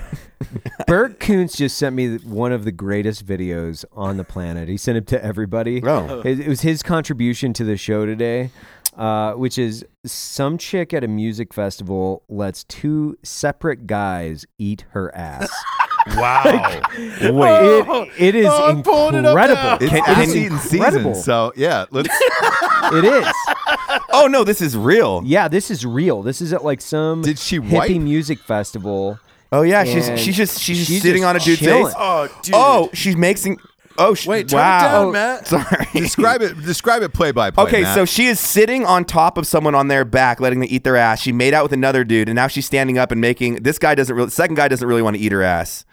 S2: Bert Koontz just sent me one of the greatest videos on the planet. He sent it to everybody.
S3: Oh.
S2: It, it was his contribution to the show today, uh, which is some chick at a music festival lets two separate guys eat her ass.
S5: Wow.
S2: Wait, it, it is
S4: Oh, I'm pulling it up
S2: incredible.
S5: it's
S3: Can-
S5: ass
S3: can-
S5: eating season.
S2: incredible.
S5: So yeah, let's.
S2: it is.
S3: Oh no, this is real.
S2: Yeah, this is real. This is at like some
S5: Did she
S2: hippie
S5: wipe?
S2: music festival.
S3: Oh yeah, she's
S2: And
S3: she's just she's, just
S2: she's
S3: sitting
S2: just
S3: on a dude's
S2: chilling.
S3: face.
S4: Oh, dude.
S3: Oh, she's mixing. Oh, she,
S4: wait. Turn
S3: wow.
S4: it down, Matt.
S3: Sorry.
S5: describe it. Describe it play by play.
S3: Okay, so she is sitting on top of someone on their back, letting them eat their ass. She made out with another dude, and now she's standing up and making this guy doesn't really. Second guy doesn't really want to eat her ass.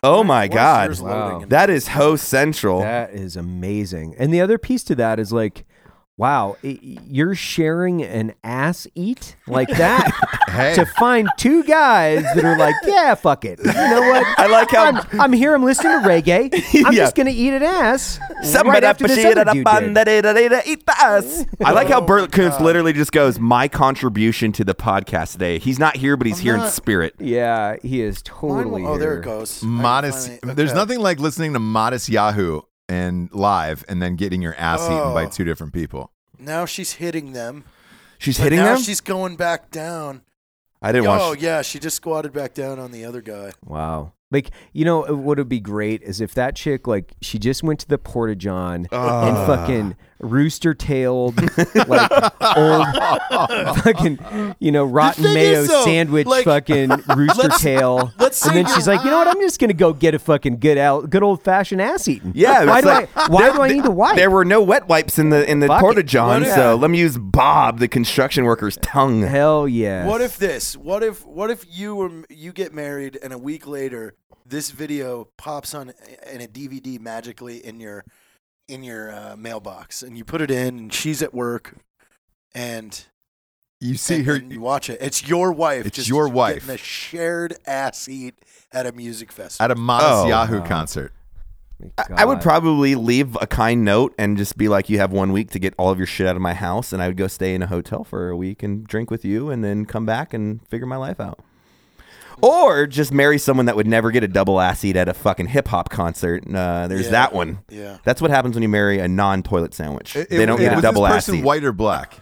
S3: Oh my
S4: Why is yours
S3: god,
S2: Wow.
S4: loading and-
S3: Oh. that is host central.
S2: That is amazing. And the other piece to that is like wow, i- you're sharing an ass eat like that
S5: Hey.
S2: to find two guys that are like, yeah, fuck it. You know what?
S3: I like how-
S2: I'm, I'm here. I'm listening to reggae. I'm
S3: Yeah.
S2: just gonna eat an ass.
S3: Somebody
S2: right after this
S3: appreciate
S2: other
S3: it,
S2: dude did.
S3: abandoned, eat the ass. I like
S4: Oh
S3: how Bert Kunz literally just goes, "My contribution to the podcast today." He's not here, but he's here in
S4: not-
S3: spirit.
S2: Yeah, he is
S4: Mine
S2: totally.
S4: won't- oh, there
S2: here.
S4: it goes. I can
S5: Modest.
S4: finally-
S5: There's
S4: okay.
S5: nothing like listening to Modest Yahoo and live, and then getting your ass eaten by
S4: Oh.
S5: two different people.
S4: Now she's hitting them.
S3: She's
S4: but
S3: hitting
S4: now
S3: them.
S4: she's going back down.
S3: I didn't
S4: Oh,
S3: watch.
S4: yeah. She just squatted back down on the other guy.
S2: Wow. Like you know, uh, what would be great is if that chick like she just went to the porta john and
S3: Ah.
S2: fucking rooster tailed like old fucking you know rotten
S4: thing
S2: mayo
S4: is, though,
S2: sandwich
S4: like,
S2: fucking rooster tail.
S4: let's
S2: and
S4: say
S2: then she's like, you know what? I'm just gonna go get a fucking good out, good old fashioned ass eating.
S3: Yeah,
S2: Why
S3: it's
S2: do
S3: like-
S2: I? Why do I need to wipe?
S3: There were no wet wipes in the in the
S2: Fuck it.
S3: porta john,
S4: What if-
S3: so let me use Bob, the construction worker's tongue.
S2: Hell yeah.
S4: What if this? What if what if you were you get married and a week later this video pops on in a DVD magically in your in your uh, mailbox and you put it in and she's at work and
S5: You see
S4: and-
S5: her.
S4: and you watch it. It's your wife.
S5: It's
S4: just
S5: your wife.
S4: getting a shared ass eat at a music festival.
S5: At a Modest
S3: Oh.
S5: Yahoo concert.
S3: I would
S2: God.
S3: probably leave a kind note and just be like, "You have one week to get all of your shit out of my house," and I would go stay in a hotel for a week and drink with you, and then come back and figure my life out. Or just marry someone that would never get a double ass eat at a fucking hip hop concert. Uh, there's
S4: Yeah.
S3: that one.
S4: Yeah.
S3: That's what happens when you marry a non-toilet sandwich.
S5: It-
S3: they
S5: it-
S3: don't
S5: it-
S3: get a
S5: was
S3: double
S5: this
S3: ass
S5: person
S3: eat.
S5: white or black?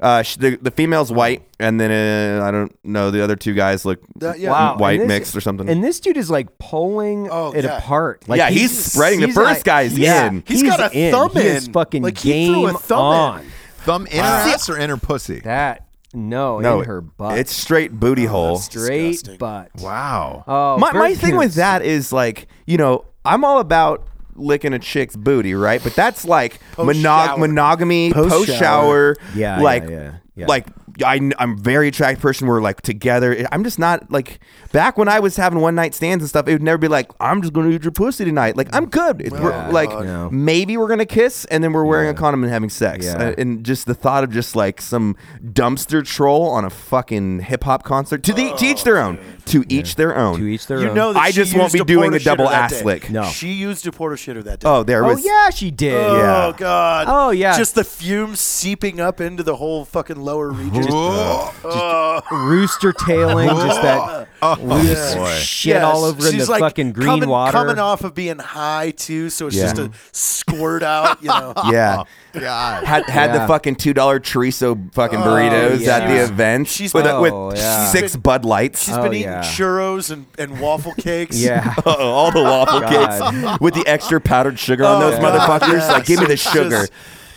S3: Uh, sh- the, the female's white, and then uh, I don't know the other two guys look
S4: That- yeah.
S2: Wow.
S3: white
S2: And this-
S3: mixed or something.
S2: And this dude is like pulling
S4: Oh,
S2: it
S4: yeah.
S2: apart. Like
S3: Yeah, he's spreading the first guy's
S2: yeah,
S3: in.
S4: He's got a thumb
S2: He is
S4: in.
S2: fucking
S4: Like, he
S2: game
S4: threw a thumb in.
S2: on.
S5: Thumb in her ass or in her pussy?
S2: That no,
S3: no,
S2: in her butt.
S3: it's straight booty hole.
S2: straight
S4: disgusting.
S2: butt.
S5: Wow.
S2: Oh,
S3: my, my
S2: Bert
S3: thing with
S2: Koontz.
S3: that is like you know i'm all about licking a chick's booty right but that's like monog-
S4: Post-shower.
S3: monogamy post shower
S4: Post-shower.
S2: Yeah, yeah,
S3: like
S2: yeah, yeah.
S3: like I, am very attracted person we're like together i'm just not like back when i was having one night stands and stuff it would never be like i'm just gonna eat your pussy tonight like i'm good It- we're-
S2: Yeah,
S3: like
S2: no.
S3: maybe we're gonna kiss and then we're wearing a condom and having sex
S2: Yeah.
S3: Uh, and just the thought of just like some dumpster troll on a fucking hip-hop concert to, the, to each their own to each their own
S2: to each their
S4: You
S2: own.
S4: know that
S3: I
S4: she
S3: just won't
S4: used
S3: be
S4: a
S3: doing
S4: porter
S3: a double
S4: shitter that
S3: ass
S4: day.
S3: lick.
S2: No.
S4: She used a porter shitter that day.
S3: Oh, there
S2: oh
S3: was.
S2: yeah, she did.
S4: Oh
S3: Yeah.
S4: god.
S2: Oh, yeah.
S4: Just the fumes seeping up into the whole fucking lower region.
S5: Oh,
S3: uh,
S4: Oh.
S2: Rooster tailing, just that
S5: oh,
S2: loose
S5: boy.
S2: shit
S4: Yes,
S2: all over in
S4: she's
S2: the
S4: like
S2: fucking green
S4: coming,
S2: water.
S4: Coming off of being high too, so it's
S3: Yeah.
S4: just a squirt out. You know,
S3: Yeah.
S5: God.
S3: Had, had
S2: Yeah.
S3: the fucking two dollar chorizo fucking
S4: Oh,
S3: burritos at the
S4: yeah.
S3: event
S4: She's-
S3: with, a- with
S2: Oh, yeah.
S3: six Bud Lights,
S4: she's
S2: Oh,
S4: been eating
S2: yeah.
S4: churros and, and waffle cakes.
S2: Yeah.
S3: Uh-oh, all the waffle
S2: God.
S3: cakes with the extra powdered sugar on
S4: Oh,
S3: those
S4: God,
S3: motherfuckers.
S4: yes.
S3: Like, give me the
S4: Just-
S3: sugar.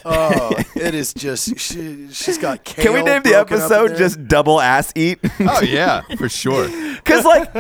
S4: Oh, it is just she. She's got. Kale
S3: Can we name the
S4: broken up in
S3: episode
S4: there.
S3: just double ass eat?
S5: Oh yeah, for sure.
S3: Because like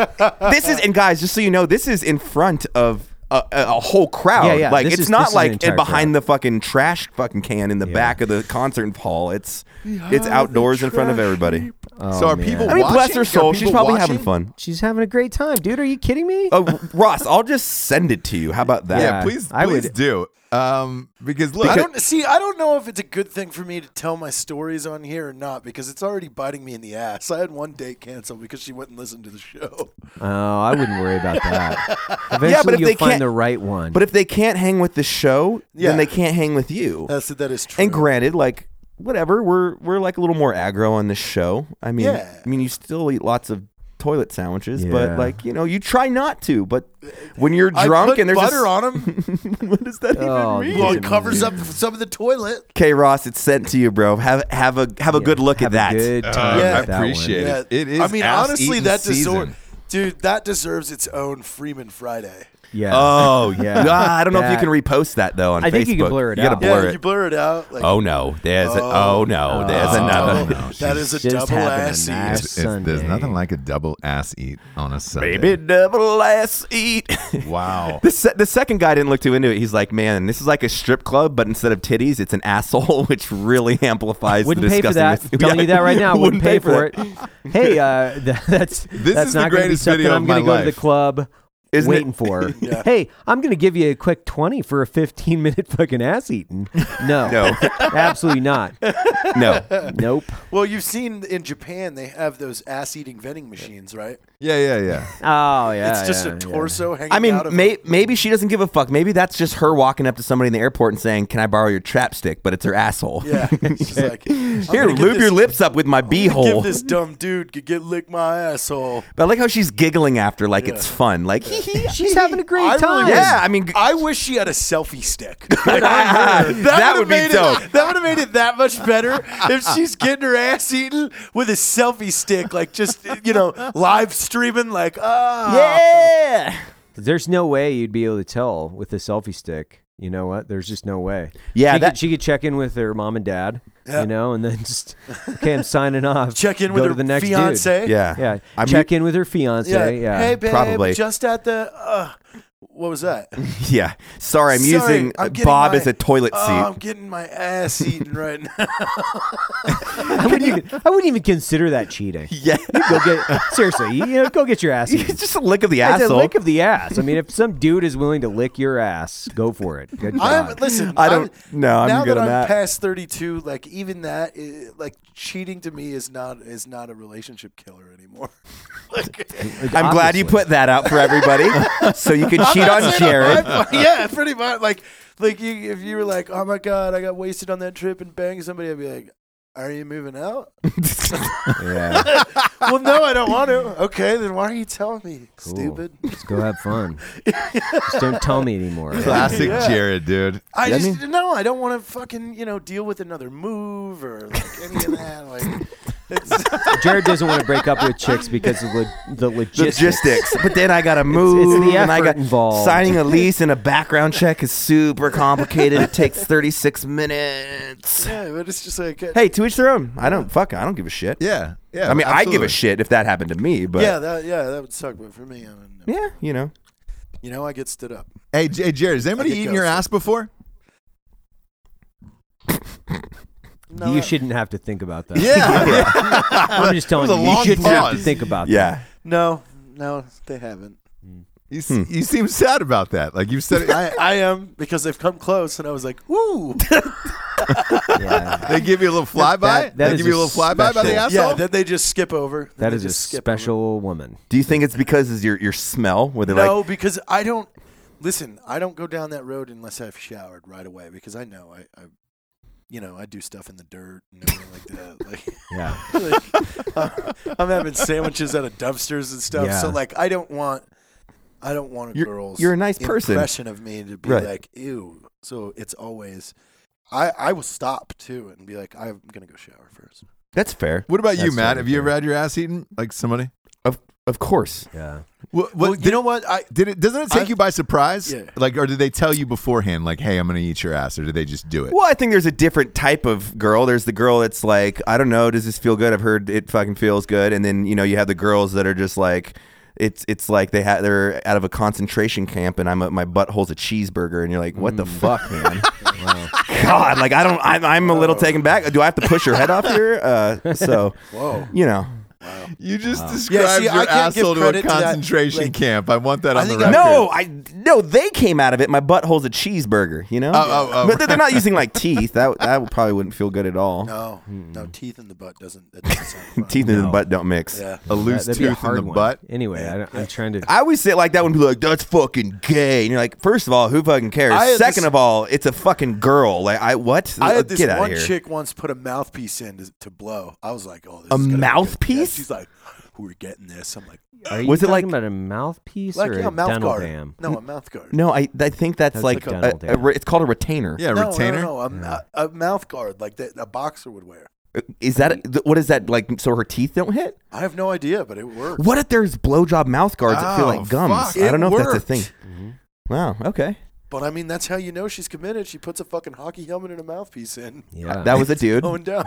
S3: this is and guys, just so you know, this is in front of. A, a a whole crowd,
S2: Yeah, yeah,
S3: like
S2: this
S3: it's
S2: is- this
S3: not
S2: is an
S3: like
S2: entire
S3: and behind the fucking trash fucking can in the back of the concert hall. It's it's outdoors in front of everybody.
S5: so are
S2: man.
S5: people?
S3: Oh, I mean,
S5: watching?
S3: bless her
S5: Are
S3: soul, she's
S5: people
S3: probably
S5: watching?
S3: having fun.
S2: She's having a great time, dude. Are you kidding me?
S3: Oh, Ross, I'll just send it to you. How about that?
S5: Yeah,
S2: Yeah,
S5: please,
S2: I
S5: please
S2: would-
S5: do. Um, because look,
S4: I don't see. I don't know if it's a good thing for me to tell my stories on here or not because it's already biting me in the ass. I had one date canceled because she wouldn't listen to the show.
S2: Oh, I wouldn't worry about that. Eventually,
S3: if
S2: you'll
S3: they
S2: find
S3: can't-
S2: the right one.
S3: But if they can't hang with the show,
S4: Yeah.
S3: then they can't hang with you.
S4: That's that is true.
S3: and granted, like whatever, we're we're like a little more aggro on this show. I mean,
S4: Yeah.
S3: I mean, you still eat lots of toilet sandwiches,
S2: Yeah.
S3: but like you know, you try not to. But when you're
S4: I
S3: drunk
S4: put
S3: and there's
S4: butter
S3: a,
S4: on them.
S3: what does that
S2: Oh,
S3: even mean?
S4: Well,
S2: Doesn't
S4: it covers up some of the toilet.
S3: K Ross, it's sent to you, bro. Have have a have a good look
S2: Have
S3: at that.
S2: A good time
S5: Uh,
S4: Yeah.
S5: I
S2: with that one.
S5: appreciate
S4: Yeah,
S5: it. It is.
S4: I mean,
S5: ass
S4: honestly,
S5: eating
S4: that
S5: season.
S4: deserves, dude, that deserves its own Freeman Friday.
S2: Yeah.
S3: Oh yeah.
S2: Yeah.
S3: I don't know if you
S2: That-
S3: can repost that though on
S2: I think
S3: Facebook.
S2: you can blur it
S3: gotta
S2: out.
S3: blur
S4: yeah,
S3: it.
S4: you blur it out. Like,
S3: Oh no, there's oh, no, there's
S4: Oh.
S3: another.
S4: that is a
S2: Just
S4: double
S2: having a
S4: ass
S2: nice-
S4: eat.
S5: It's- it's- there's
S2: Sunday.
S5: nothing like a double ass eat on a Sunday.
S3: Baby double ass eat.
S5: Wow.
S3: the, se- the second guy didn't look too into it. He's like, man, this is like a strip club, but instead of titties, it's an asshole, which really amplifies
S2: Wouldn't
S3: the
S2: pay for that.
S3: disgustingness.
S2: Telling you that right now. Wouldn't,
S3: Wouldn't
S2: pay, for it. hey, uh, th- that's
S5: This
S2: that's
S5: is the
S2: not going to be
S5: greatest
S2: something
S5: video of
S2: I'm gonna
S5: my
S2: go to
S5: life.
S2: the club
S3: Isn't it-
S2: waiting for. Hey, I'm going to give you a quick 20 for a 15 minute fucking ass eating. No.
S3: No.
S2: Absolutely not.
S3: No.
S2: Nope.
S4: Well, you've seen in Japan they have those ass-eating vending machines, right?
S5: Yeah, yeah, yeah.
S2: Oh, yeah.
S4: It's just
S2: yeah,
S4: a
S2: yeah.
S4: torso hanging
S3: I mean,
S4: out of a-
S3: may, maybe she doesn't give a fuck. Maybe that's just her walking up to somebody in the airport and saying, "Can I borrow your chapstick?" But it's her asshole.
S4: Yeah. She's like, I'm
S3: Here,
S4: gonna give
S3: lube
S4: this-
S3: your lips up with my
S4: Give
S3: beehole.
S4: this dumb dude could get lick my asshole.
S3: but I like how she's giggling after, like it's fun. Like, hee hee.
S2: She's having a great
S4: I
S2: time.
S4: really
S3: yeah. I mean,
S4: I wish she had a selfie stick.
S3: Ah, that, would
S4: would've
S3: be
S4: made
S3: dope.
S4: It, that would have made it that much better if she's getting her ass eaten with a selfie stick, like just you know, live streaming, like ah,
S3: Yeah.
S2: There's no way you'd be able to tell with a selfie stick. You know what? There's just no way.
S3: Yeah,
S2: She,
S3: that-
S2: could, she could check in with her mom and dad,
S4: Yeah.
S2: you know, and then just, okay, I'm signing off.
S4: check in
S2: Go
S4: with
S2: to
S4: her
S2: the next
S4: fiance.
S3: Yeah.
S2: Dude. Yeah.
S3: I
S2: check in with her fiance.
S4: yeah,
S2: Yeah.
S4: Hey, babe,
S3: Probably.
S4: just at the. Uh, what was that?
S3: Yeah. Sorry, I'm
S4: Sorry,
S3: using
S4: I'm getting
S3: Bob
S4: my-
S3: as a toilet
S4: Oh,
S3: seat.
S4: I'm getting my ass eaten right now.
S2: I, wouldn't even, I wouldn't even consider that cheating.
S3: yeah.
S2: Go get, seriously, you know, go get your ass eaten.
S3: it's just a lick of the
S2: It's a
S3: asshole.
S2: lick of the ass. I mean, if some dude is willing to lick your ass, go for it. Good
S4: I'm
S2: God.
S4: listen.
S3: I don't-
S4: I'm,
S3: no, I'm
S4: now
S3: good
S4: that
S3: on
S4: I'm
S3: that.
S4: past 32, like even that, i- like cheating to me is not is not a relationship killer anymore. like,
S3: I'm glad
S2: Obviously.
S3: you put that out for everybody so you can cheat on Jared.
S4: I- yeah, pretty much. Like, like you, if you were like, "Oh my god, I got wasted on that trip and banged somebody," I'd be like, "Are you moving out?"
S5: Yeah.
S4: well, no, I don't want to. Okay, then why are you telling me, stupid?
S2: Let's go have fun. Just don't tell me anymore.
S5: Classic
S4: Yeah.
S5: Jared, dude.
S4: I
S3: Yeah, I
S4: just no, I don't want to fucking you know deal with another move or like any of that. Like, it's,
S2: Jared doesn't want to break up with chicks because of lo- the logistics.
S3: Logistics. But then I gotta move
S2: the
S3: and I
S2: effort
S3: got
S2: involved.
S3: signing a lease and a background check is super complicated. it takes thirty six minutes.
S4: yeah, but it's just like,
S3: Hey, to each their own. I don't fuck I don't give a shit.
S5: Yeah. Yeah.
S3: I mean I give
S5: absolutely.
S3: a shit if that happened to me, but
S4: yeah, that yeah, that would suck. But for me, I mean,
S3: yeah you know.
S4: you know, I get stood up.
S5: Hey, J- hey, Jared, has anybody
S4: I get
S5: eaten your
S4: ghosted.
S5: ass before?
S4: No,
S2: you
S4: I-
S2: shouldn't have to think about that.
S5: Yeah.
S2: I'm just telling
S5: It was
S2: you,
S5: a
S2: you
S5: long
S2: shouldn't have to
S5: pause.
S2: think about that.
S3: Yeah.
S4: No, no, they haven't.
S5: you,
S4: Hmm.
S5: s- you seem sad about that. Like you've said it.
S4: I, I am because they've come close, and I was like, "Ooh,
S2: Yeah.
S5: They give you a little flyby.
S2: that
S5: they
S2: is
S5: give you a
S2: a
S5: little flyby by the
S2: special-
S5: asshole.
S4: yeah." Then they just skip over. Then
S2: That
S4: they
S2: is a
S4: just skip
S2: special woman.
S3: Do you think it's because of your your smell where they're
S4: Over. No,
S3: like
S4: because I don't listen. I don't go down that road unless I've showered right away because I know I, I you know, I do stuff in the dirt and everything like that. Like,
S2: Yeah.
S4: like, I'm- I'm having sandwiches out of dumpsters and stuff. So
S2: Yeah.
S4: like, I don't want. I don't want a
S3: You're-
S4: girl's
S3: you're a nice person.
S4: impression of me to be
S3: Right.
S4: like ew. So it's always, I I will stop too and be like I'm gonna go shower first.
S3: that's fair.
S5: What about you,
S2: That's
S5: Matt?
S2: totally
S5: Have you ever
S2: fair.
S5: had your ass eaten? Like somebody?
S3: Of of course.
S2: Yeah.
S5: What, what,
S4: Well, you
S5: did,
S4: know what I
S5: did it? Doesn't it take
S4: I-
S5: you by surprise?
S4: Yeah.
S5: Like, or did they tell you beforehand? Like, hey, I'm gonna eat your ass, or did they just do it?
S3: Well, I think there's a different type of girl. There's the girl that's like, I don't know, does this feel good? I've heard it fucking feels good. And then, you know, you have the girls that are just like it's it's like they ha- they're out of a concentration camp and I'm a, my butthole's a cheeseburger and you're like, what the fuck, man? God, like I don't I'm, I'm a little taken back. Do I have to push your head off here? Uh, so,
S4: Whoa.
S3: you know.
S5: You just described
S4: Yeah, see,
S5: your
S4: I can't give
S5: asshole to a
S4: credit to that,
S5: concentration
S4: like-
S5: camp. I want that
S4: I
S5: on the
S4: think I-
S5: record.
S3: No, I no. They came out of it. My butthole's a cheeseburger. You know,
S5: Oh, oh, oh.
S3: but they're- they're not using like teeth. That that probably wouldn't feel good at all.
S4: No, no, teeth in the butt doesn't. That doesn't sound fun.
S3: Hmm. Teeth and the butt don't mix.
S4: Yeah.
S5: a loose
S2: That'd be a
S5: tooth in
S2: hard
S5: the
S2: one.
S5: butt.
S2: Anyway, I, don't- I'm trying to.
S3: I always say it like that when people are like, that's fucking gay. And you're like, first of all, who fucking cares?
S4: I had
S3: Second
S4: this-
S3: of all, it's a fucking girl. Like, I, what? Uh,
S4: I had this
S3: Get out
S4: one
S3: here.
S4: chick once put a mouthpiece in to, to blow. I was like, oh, this
S3: A
S4: is gonna be good. Yeah,
S3: mouthpiece?
S4: she's like, we're getting this. I'm like,
S2: Are you
S3: Was it
S2: talking about
S3: like-
S2: a mouthpiece
S4: like
S2: or
S4: yeah,
S2: a
S4: mouth
S2: dental
S4: guard.
S2: dam?
S4: No, a mouth guard.
S3: No, I, I think that's,
S2: That's
S3: like,
S2: like
S3: a-
S2: Donald
S3: a,
S2: Duck.
S3: re- it's called a retainer.
S5: Yeah,
S4: no, no,
S5: retainer.
S4: No, a, a, a mouth guard like that a boxer would wear.
S3: Uh, Is that, th- what is that, like, so her teeth don't hit?
S4: I have no idea, but it worked.
S3: What if there's blowjob mouth guards that feel
S5: Oh,
S3: like gums?
S5: fuck.
S3: I don't
S4: It
S3: know if that's a thing.
S4: worked.
S3: Wow, okay.
S4: But I mean, that's how you know she's committed. She puts a fucking hockey helmet and a mouthpiece in.
S2: Yeah.
S3: That was a dude.
S4: Going down.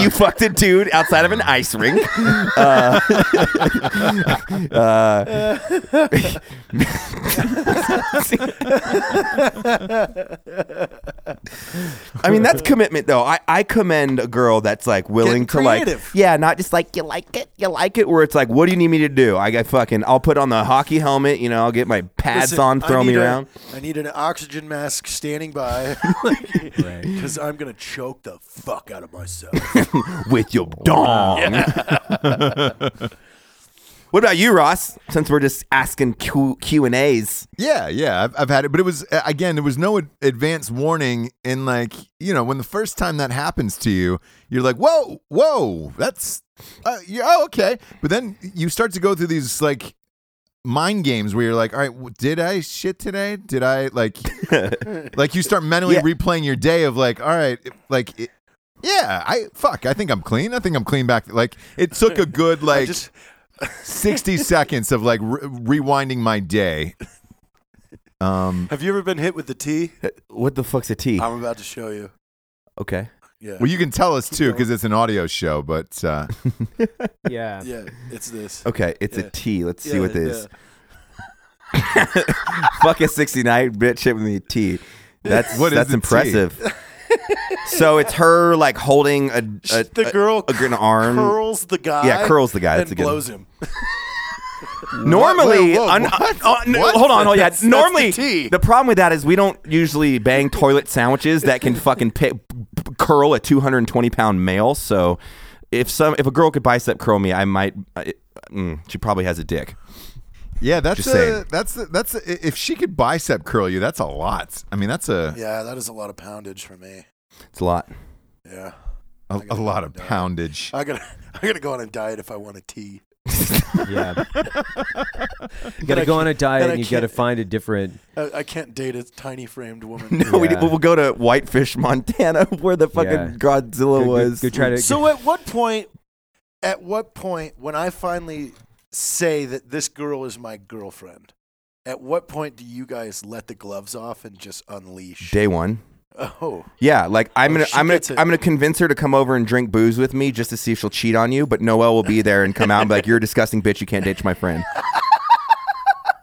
S3: you fucked a dude outside of an ice rink. Uh, uh, I mean, that's commitment, though. I, I commend a girl that's like willing
S4: Getting
S3: to like,
S4: creative.
S3: yeah, not just like you like it, you like it, where it's like, what do you need me to do? I got fucking, I'll put on the hockey helmet, you know, I'll get my pads
S4: Listen,
S3: on,
S4: I
S3: throw me
S4: need a-
S3: around.
S4: I need an oxygen mask standing by, because I'm gonna choke the fuck out of myself.
S3: with your dong. what about you, Ross? Since we're just asking Q, Q and A's,
S5: Yeah, yeah, I've, I've had it, but it was uh, again, there was no ad- advance warning, and like you know, when the first time that happens to you, you're like, whoa, whoa, that's uh, yeah, oh, okay, but then you start to go through these like mind games where you're like, all right, w- did I shit today? Did I like, like you start mentally
S3: Yeah.
S5: replaying your day of like, all right, it- like. It, yeah, I fuck. I think I'm clean. I think I'm clean back. Like it took a good like
S4: Just
S5: 60 seconds of like re- rewinding my day. Um,
S4: have you ever been hit with the T?
S3: what the fuck's a T?
S4: I'm about to show you.
S3: okay,
S4: Yeah.
S5: well, you can tell us too because it's an audio show, but uh,
S2: yeah.
S4: yeah, it's this.
S3: okay, it's
S4: Yeah.
S3: a T. Let's see
S4: Yeah,
S3: what it is.
S4: yeah.
S3: Fuck a sixty nine bitch hit with me a T. That's
S5: What is
S3: that's
S5: the T?
S3: impressive. so it's her like holding a, a
S4: the
S3: a-
S4: girl
S3: a- an arm.
S4: curls the guy.
S3: Yeah, curls the guy. That's
S4: and
S3: a good-
S4: blows him.
S3: Normally,
S5: Whoa, whoa,
S3: un-
S5: what?
S3: uh, uh, no,
S5: What?
S3: hold on, hold on. Yeah.
S5: That's- that's
S3: Normally,
S5: the tea.
S3: the, problem with that is we don't usually bang toilet sandwiches that can fucking pick, curl a 220 pound male. So, if some if a girl could bicep curl me, I might. I, mm, she probably has a dick.
S5: yeah, that's
S3: Just
S5: a,
S3: saying.
S5: that's a, that's a, if she could bicep curl you, that's a lot. I mean, that's a
S4: Yeah, that is a lot of poundage for me.
S3: It's a lot.
S4: Yeah,
S5: a, a lot of poundage.
S4: I gotta I gotta go on a diet if I want a T.
S2: Yeah. you got to go on a diet
S4: and I
S2: and you got to
S4: can't-
S2: find a different.
S4: I, I can't date a tiny framed woman.
S3: No, we,
S2: Yeah.
S3: we'll go to Whitefish, Montana, where the fucking
S2: Yeah.
S3: Godzilla
S2: Go, go,
S3: was.
S2: go try to.
S4: So at what point? At what point when I finally say that this girl is my girlfriend? At what point do you guys let the gloves off and just unleash?
S3: Day one.
S4: oh,
S3: Yeah, like I'm
S4: Oh,
S3: gonna,
S4: she
S3: I'm gonna,
S4: gets it.
S3: I'm gonna convince her to come over and drink booze with me just to see if she'll cheat on you. But Noelle will be there and come out and be like, "You're a disgusting bitch. You can't date my friend."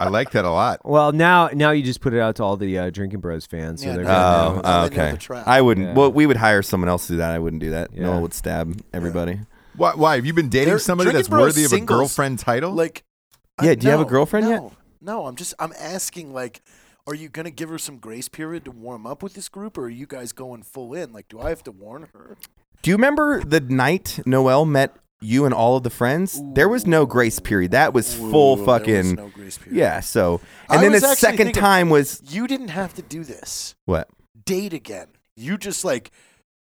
S5: I like that a lot.
S2: well, now now you just put it out to all the uh, Drinking Bros fans. So
S4: Yeah,
S2: they're
S4: no,
S2: gonna know.
S3: Oh,
S4: no, no, they know
S3: okay.
S4: the trap.
S3: I wouldn't.
S2: Yeah.
S3: Well, we would hire someone else to do that. I wouldn't do that.
S2: Yeah.
S3: No one would stab everybody.
S5: Why? Why have you been dating
S4: They're-
S5: somebody
S4: Drinking
S5: that's
S4: Bros
S5: worthy of a
S4: singles,
S5: girlfriend title?
S4: like,
S3: Yeah, do you have a girlfriend
S4: no,
S3: yet?
S4: No, I'm just I'm asking like, are you gonna give her some grace period to warm up with this group, or are you guys going full in? Like, do I have to warn her?
S3: Do you remember the night Noel met you and all of the friends? There was no grace period. That was full
S4: Ooh,
S3: fucking.
S4: There was no grace period.
S3: yeah. So,
S4: I
S3: and then the
S4: was actually
S3: second
S4: thinking-
S3: time was
S4: you didn't have to do this.
S3: what?
S4: Date again. You just like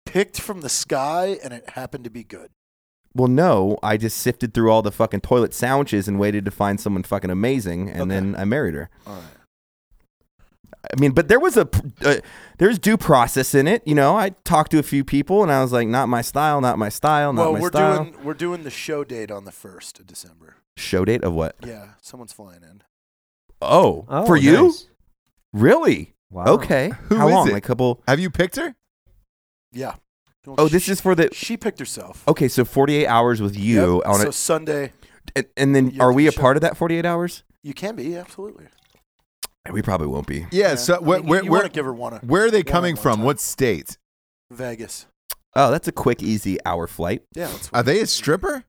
S4: picked from the sky, and it happened to be good.
S3: Well, no. I just sifted through all the fucking toilet sandwiches and waited to find someone fucking amazing, and
S4: Okay.
S3: then I married her.
S4: All right.
S3: I mean, but there was a pr- uh, there's due process in it. You know, I talked to a few people, and I was like, not my style, not my style, not
S4: well,
S3: my
S4: we're
S3: style.
S4: doing we're doing the show date on the first of December.
S3: Show date of what?
S4: Yeah, someone's flying in.
S3: Oh,
S2: Oh,
S3: for you?
S2: nice.
S3: Really?
S2: Wow.
S3: Okay.
S5: Who
S3: How
S5: is
S3: long?
S5: it?
S3: A couple.
S5: have you picked her?
S4: Yeah. Well,
S3: Oh, this
S4: she-
S3: is for the.
S4: she picked herself.
S3: Okay, so 48 hours with you
S4: Yep,
S3: on
S4: so
S3: it,
S4: Sunday.
S3: and, and then
S4: you
S3: are
S4: have
S3: we
S4: to
S3: a
S4: show-
S3: part of that 48 hours?
S4: You can be absolutely.
S3: We probably won't be.
S5: Yeah. So
S4: I
S5: where
S4: mean,
S5: where
S4: you
S5: where,
S4: want to give her one? a-
S5: where are they
S4: one at
S5: coming
S4: one
S5: from?
S4: time.
S5: What state?
S4: Vegas?
S3: Oh, that's a quick, easy hour flight.
S4: Yeah, that's
S5: Are they a stripper?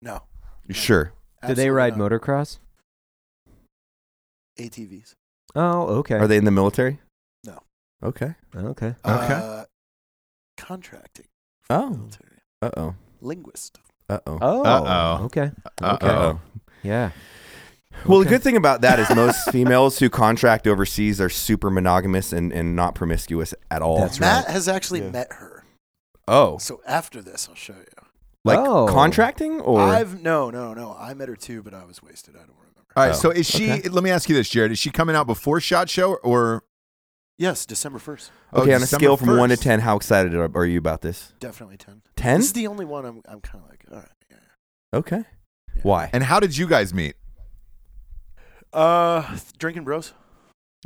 S4: no.
S3: Sure.
S2: Do they ride
S4: absolutely
S2: motocross?
S4: not. ATVs?
S2: Oh, okay. Oh,
S3: Are they in the military?
S4: No.
S3: Okay.
S2: okay.
S5: Okay.
S4: Uh, contracting.
S3: Oh.
S4: Military.
S3: Uh oh.
S4: Linguist.
S3: Uh oh.
S2: Oh.
S5: Uh-oh.
S2: Okay.
S5: Uh-oh.
S3: Uh-oh.
S2: Yeah.
S3: Well, the
S2: Okay.
S3: good thing about that is most females who contract overseas are super monogamous and, and not promiscuous at all.
S2: That's right.
S4: Matt has actually
S3: Yeah.
S4: met her.
S3: Oh,
S4: So after this, I'll show you.
S3: like
S2: Oh.
S3: contracting or
S4: I've no, no, no. I met her too, but I was wasted. I don't remember.
S5: All right.
S3: Oh,
S5: so is she?
S3: okay.
S5: Let me ask you this, Jared. Is she coming out before Shot Show or?
S4: Yes, December first,
S5: oh,
S3: okay on a
S5: December
S3: scale from one to
S5: 1st?
S3: ten? How excited are, are you about this?
S4: definitely ten.
S3: Ten.
S4: This is the only one I'm. I'm kind of like, all right. Yeah.
S3: Okay. Why?
S5: And how did you guys meet?
S4: Uh, drinking bros.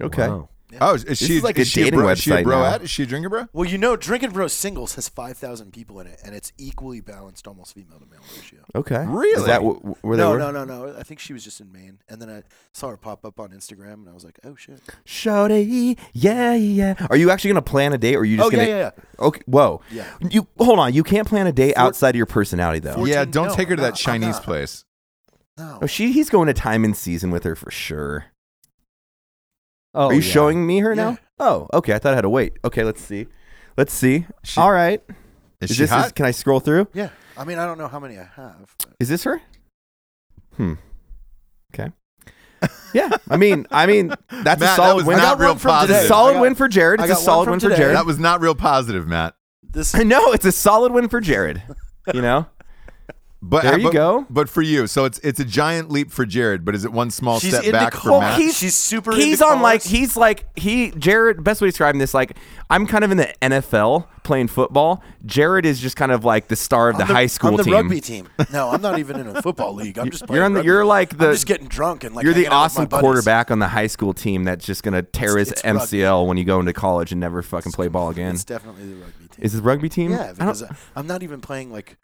S3: Okay.
S2: Wow.
S5: Oh, is, is she
S3: is like
S5: is
S3: a
S5: she
S3: dating
S5: bro, Is she a
S3: website
S5: bro
S3: now.
S5: Is she a drinker bro?
S4: Well, you know, Drinking Bros Singles has 5,000 people in it, and it's equally balanced, almost female to male ratio.
S3: Okay.
S5: Really?
S3: Is that wh- wh- where they
S4: no,
S3: were?
S4: no, no, no. I think she was just in Maine, and then I saw her pop up on Instagram, and I was like, oh shit.
S3: Shorty, yeah, yeah. Are you actually gonna plan a date, or are you just
S4: Oh, yeah,
S3: gonna?
S4: yeah,
S3: Okay. Whoa.
S4: Yeah.
S3: You hold on. You can't plan a date outside of your personality, though.
S5: yeah,
S4: 14?
S5: don't
S4: No,
S5: take her to
S4: no,
S5: that
S4: I'm
S5: Chinese
S4: not.
S5: place.
S4: No.
S3: Oh, she he's going to time and season with her for sure.
S2: Oh,
S3: Are you
S2: yeah.
S3: showing me her
S4: Yeah.
S3: now? Oh, okay. I thought I had to wait. Okay, let's see. Let's see.
S5: She-
S3: All right.
S5: Is,
S3: Is
S5: she
S3: this
S5: hot?
S3: Is, can I scroll through?
S4: yeah. I mean, I don't know how many I have. But
S3: Is this her? Hmm. Okay. Yeah. I mean, I mean, that's
S5: Matt,
S3: a
S5: that
S3: solid
S5: was
S3: win.
S5: not
S4: I got
S5: real
S4: one from
S5: positive.
S3: It's
S4: today.
S3: a solid
S4: I got-
S3: win for Jared.
S4: I
S3: It's a
S4: got one
S3: solid
S4: from
S3: win for
S4: today.
S3: Jared.
S5: that was not real positive, Matt.
S4: This
S3: no, it's a solid win for Jared. You know?
S5: But
S3: There you
S5: but-
S3: go.
S5: But for you, so it's it's a giant leap for Jared. But is it one small
S4: She's
S5: step
S4: into
S5: back for
S4: coke.
S5: Matt?
S4: He's- she's super
S3: He's
S4: into
S3: on like
S4: cars.
S3: he's like he Jared. Best way to describe this like I'm kind of in the NFL playing football. Jared is just kind of like the star of the,
S4: I'm
S3: high school
S4: I'm the
S3: team.
S4: rugby team. No, I'm not even in a football league. I'm just playing.
S3: You're on the,
S4: rugby.
S3: you're like the
S4: I'm just getting drunk and like.
S3: you're the
S4: hanging out with my
S3: awesome
S4: buddies.
S3: quarterback on the high school team that's just gonna tear
S4: It's-
S3: his
S4: it's rugby.
S3: MCL when you go into college and never fucking play ball again.
S4: It's definitely the rugby team.
S3: Is this rugby team? I
S4: yeah,
S3: don't-
S4: because I I'm not even playing like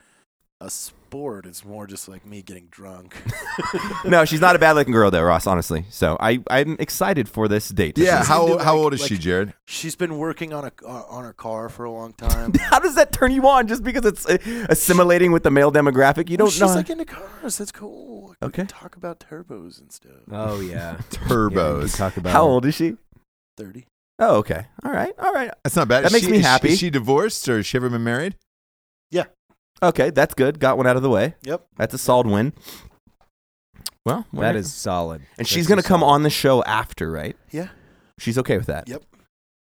S4: a sport. It's more just like me getting drunk.
S3: no, she's not a bad looking girl though, Ross. Honestly, so I I'm excited for this date. This
S5: yeah.
S3: is-
S5: How
S4: into,
S5: how
S4: like-
S5: old is
S4: like-
S5: she, Jared?
S4: She's been working on a uh, on her car for a long time.
S3: How does that turn you on? Just because it's uh, assimilating with the male demographic, you
S4: Well,
S3: don't
S4: she's
S3: know.
S4: like into cars. That's cool. Like, we
S3: Okay.
S4: can talk about turbos and stuff.
S2: Oh yeah. Yeah, you
S5: Turbos.
S2: talk about
S3: How old is she?
S4: Thirty.
S3: Oh, okay. All right. All right.
S5: That's not bad.
S3: That
S5: Is
S3: makes
S5: she-
S3: me
S5: is she-
S3: happy.
S5: Is she divorced or has she ever been married?
S3: Okay, that's good. Got one out of the way.
S4: Yep.
S3: That's a solid win. Well,
S2: That is solid.
S3: And
S2: That's
S3: she's gonna
S2: just
S3: come
S2: solid.
S3: on the show after, right?
S4: Yeah.
S3: She's okay with that.
S4: Yep.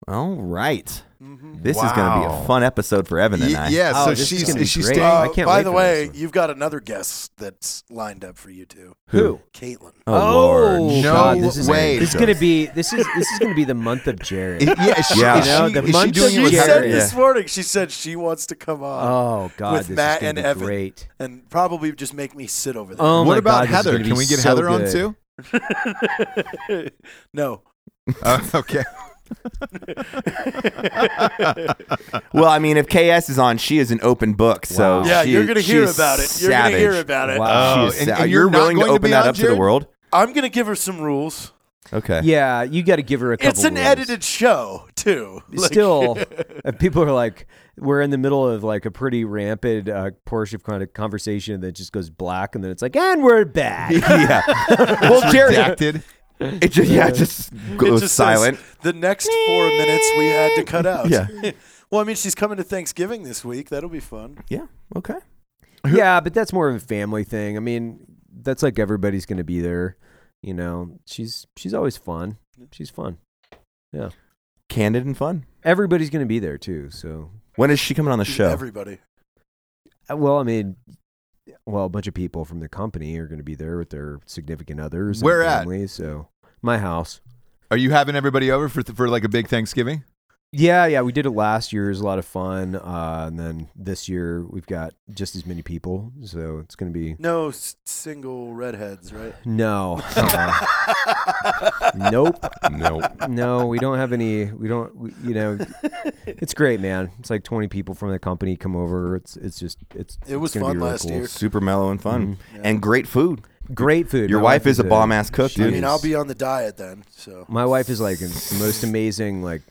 S3: All right.
S4: Mm-hmm.
S3: This is gonna be
S5: Wow.
S3: a fun episode for Evan and
S5: Ye-
S3: I.
S5: yeah.
S2: Oh,
S5: so
S2: this is
S5: she's
S2: gonna be
S5: is she
S2: great.
S5: staying?
S2: I can't
S4: Uh, by
S2: wait
S4: the
S2: for
S4: way,
S2: this one.
S4: you've got another guest that's lined up for you too.
S2: Who?
S4: Caitlin.
S3: Oh,
S2: Oh,
S3: Lord.
S5: No
S2: God, this is,
S5: way.
S2: This is gonna be this is this is gonna be the month of Jared.
S5: yeah. Is she,
S3: Yeah.
S5: is
S2: You know,
S5: she-
S2: the
S5: is she
S2: month
S5: doing
S2: she
S5: it with
S2: said
S5: Harry?
S4: said
S2: Jared,
S4: this morning. She said she wants to come on
S2: Oh God,
S4: with
S2: this is
S4: Matt
S2: gonna
S4: and
S2: be
S4: Evan.
S2: great.
S4: and probably just make me sit over there.
S2: Oh
S5: what
S2: my God, this
S5: about
S2: is
S5: Heather?
S2: gonna be
S5: Can we get
S2: so
S5: Heather on
S2: good.
S5: too?
S4: no,
S5: Uh, okay.
S3: Well, I mean, if KS is on, she is an open book. So
S2: Wow.
S4: yeah,
S3: she
S4: you're
S3: is-
S4: gonna
S3: she
S4: hear
S3: is
S4: about it. You're gonna hear
S3: savage.
S4: about it.
S2: Wow.
S5: Oh,
S3: She is
S5: and-
S3: sa-
S5: and
S3: you're,
S5: you're not
S3: willing to
S5: going to
S3: open
S5: be
S3: that
S5: on,
S3: up to
S5: Jared?
S3: the world?
S4: I'm gonna give her some rules.
S3: Okay.
S2: Yeah, you got to give her a couple.
S4: It's an
S2: rules.
S4: edited show too. Like-
S2: Still, uh, people are like, we're in the middle of like a pretty rampid uh, portion of kind of conversation that just goes black, and then it's like, and we're back.
S3: yeah. well, Jared,
S5: Redacted.
S3: it just, yeah, it just
S4: It
S3: goes
S4: just says
S3: silent.
S4: the next four minutes we had to cut out.
S3: Yeah.
S4: well, I mean, she's coming to Thanksgiving this week. That'll be fun.
S3: yeah. Okay.
S2: yeah, but that's more of a family thing. I mean, that's like everybody's going to be there. You know, she's she's always fun. She's fun.
S3: Candid and fun.
S2: Everybody's going to be there too. So,
S3: When is she coming on the show?
S4: Everybody.
S2: Uh, well, I mean, well, a bunch of people from the company are going to be there with their significant others. and
S5: Where at?
S2: family, So, my house.
S5: Are you having everybody over for for like a big Thanksgiving?
S2: Yeah, yeah, we did it last year. It was a lot of fun, uh, and then this year we've got just as many people, so it's going to be
S4: No s- single redheads, right?
S2: no, Uh, nope,
S3: no.
S2: no. We don't have any. We don't. We, you know, it's great, man. It's like twenty people from the company come over. It's it's just it's.
S4: It was
S2: it's gonna be
S4: fun
S2: really
S4: last
S2: cool.
S4: year.
S3: Super mellow and fun.
S5: Mm-hmm.
S3: And great food.
S2: Great food.
S3: Your
S2: My
S3: wife is a bomb-ass cook,
S2: she
S4: I
S3: dude.
S4: mean,
S2: is-
S4: I'll be on the diet then. So
S2: My wife is like the most amazing like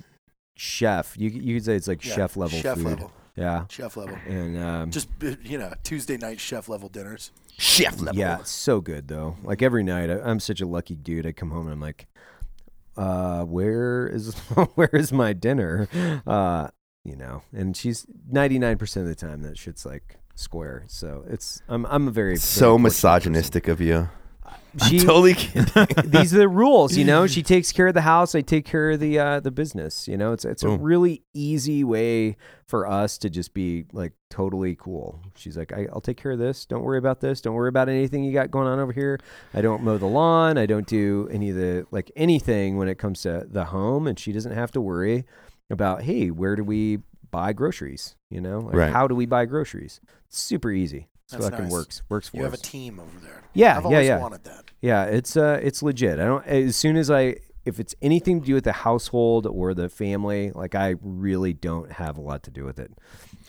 S2: chef. You you could say it's like
S4: yeah,
S2: chef level
S4: chef
S2: food.
S4: level,
S2: Yeah,
S4: chef level.
S2: and um,
S4: Just uh, you know, Tuesday night chef level dinners.
S3: Chef level.
S2: Yeah, it's so good though. Like every night, I, I'm such a lucky dude. I come home and I'm like, uh, where is where is my dinner? Uh, you know, and she's 99 percent of the time that shit's like square. So it's I'm I'm a very
S3: So
S2: very fortunate
S3: misogynistic of you.
S2: person. She,
S3: Totally kidding.
S2: these are the rules, you know. She takes care of the house. I take care of the uh, the business. You know, it's it's
S3: Boom.
S2: a really easy way for us to just be like totally cool. She's like, I, I'll take care of this. Don't worry about this. Don't worry about anything you got going on over here. I don't mow the lawn. I don't do any of the like anything when it comes to the home, and she doesn't have to worry about hey, where do we buy groceries? You know, like,
S3: Right.
S2: how do we buy groceries? super easy. It's
S4: That's
S2: fucking
S4: nice.
S2: works. Works for
S4: You have
S2: us.
S4: a team over there.
S2: Yeah,
S4: I've
S2: yeah,
S4: always
S2: yeah.
S4: wanted that.
S2: Yeah, it's uh, it's legit. I don't. As soon as I if it's anything to do with the household or the family, like I really don't have a lot to do with it.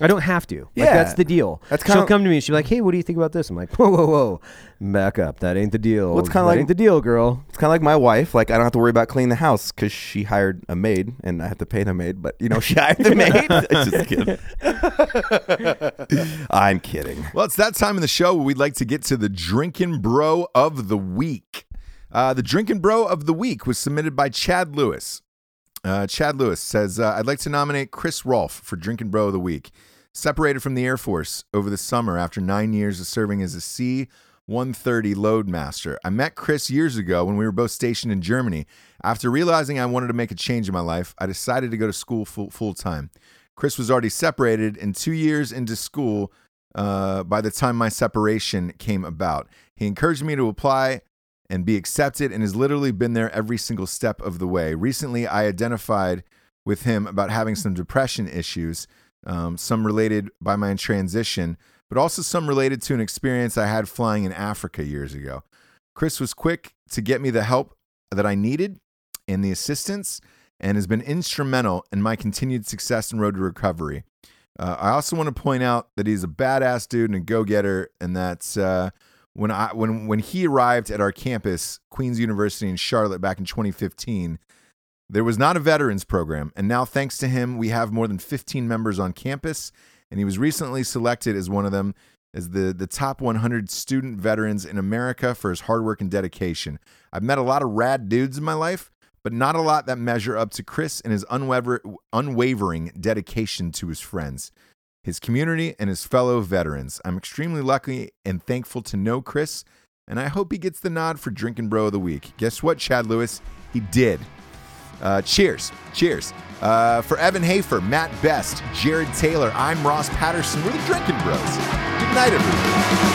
S2: I don't have to. Like
S3: Yeah.
S2: that's the deal.
S3: That's
S2: She'll
S3: kinda-
S2: come to me and she'll be like, "Hey, what do you think about this?" I'm like, "Whoa, whoa, whoa, back up. That ain't the deal.
S3: Well, it's kinda
S2: That
S3: like-
S2: ain't the deal, girl."
S3: It's kind of like my wife. Like I don't have to worry about cleaning the house because she hired a maid, and I have to pay the maid. But you know, she hired the maid. I'm just kidding. I'm kidding.
S5: Well, it's that time of the show where we'd like to get to the Drinking Bro of the Week. Uh, the Drinking Bro of the Week was submitted by Chad Lewis. Uh, Chad Lewis says, uh, I'd like to nominate Chris Rolfe for Drinking Bro of the Week. Separated from the Air Force over the summer after nine years of serving as a C 130 Loadmaster. I met Chris years ago when we were both stationed in Germany. After realizing I wanted to make a change in my life, I decided to go to school full time. Chris was already separated and two years into school uh, by the time my separation came about. He encouraged me to apply and be accepted and has literally been there every single step of the way. Recently, I identified with him about having some depression issues, um, some related by my transition, but also some related to an experience I had flying in Africa years ago. Chris was quick to get me the help that I needed and the assistance and has been instrumental in my continued success and road to recovery. Uh, I also want to point out that he's a badass dude and a go-getter, and that uh, when I when when he arrived at our campus, Queens University in Charlotte, back in 2015, there was not a veterans program, and now thanks to him, we have more than 15 members on campus, and he was recently selected as one of them as the the top 100 student veterans in America for his hard work and dedication. I've met a lot of rad dudes in my life, but not a lot that measure up to Chris and his unwaver- unwavering dedication to his friends, his community, and his fellow veterans. I'm extremely lucky and thankful to know Chris, and I hope he gets the nod for Drinking Bro of the Week. Guess what, Chad Lewis? He did. Uh, cheers. Cheers. Uh, for Evan Hafer, Matt Best, Jared Taylor, I'm Ross Patterson. We're the Drinking Bros. Good night, everyone.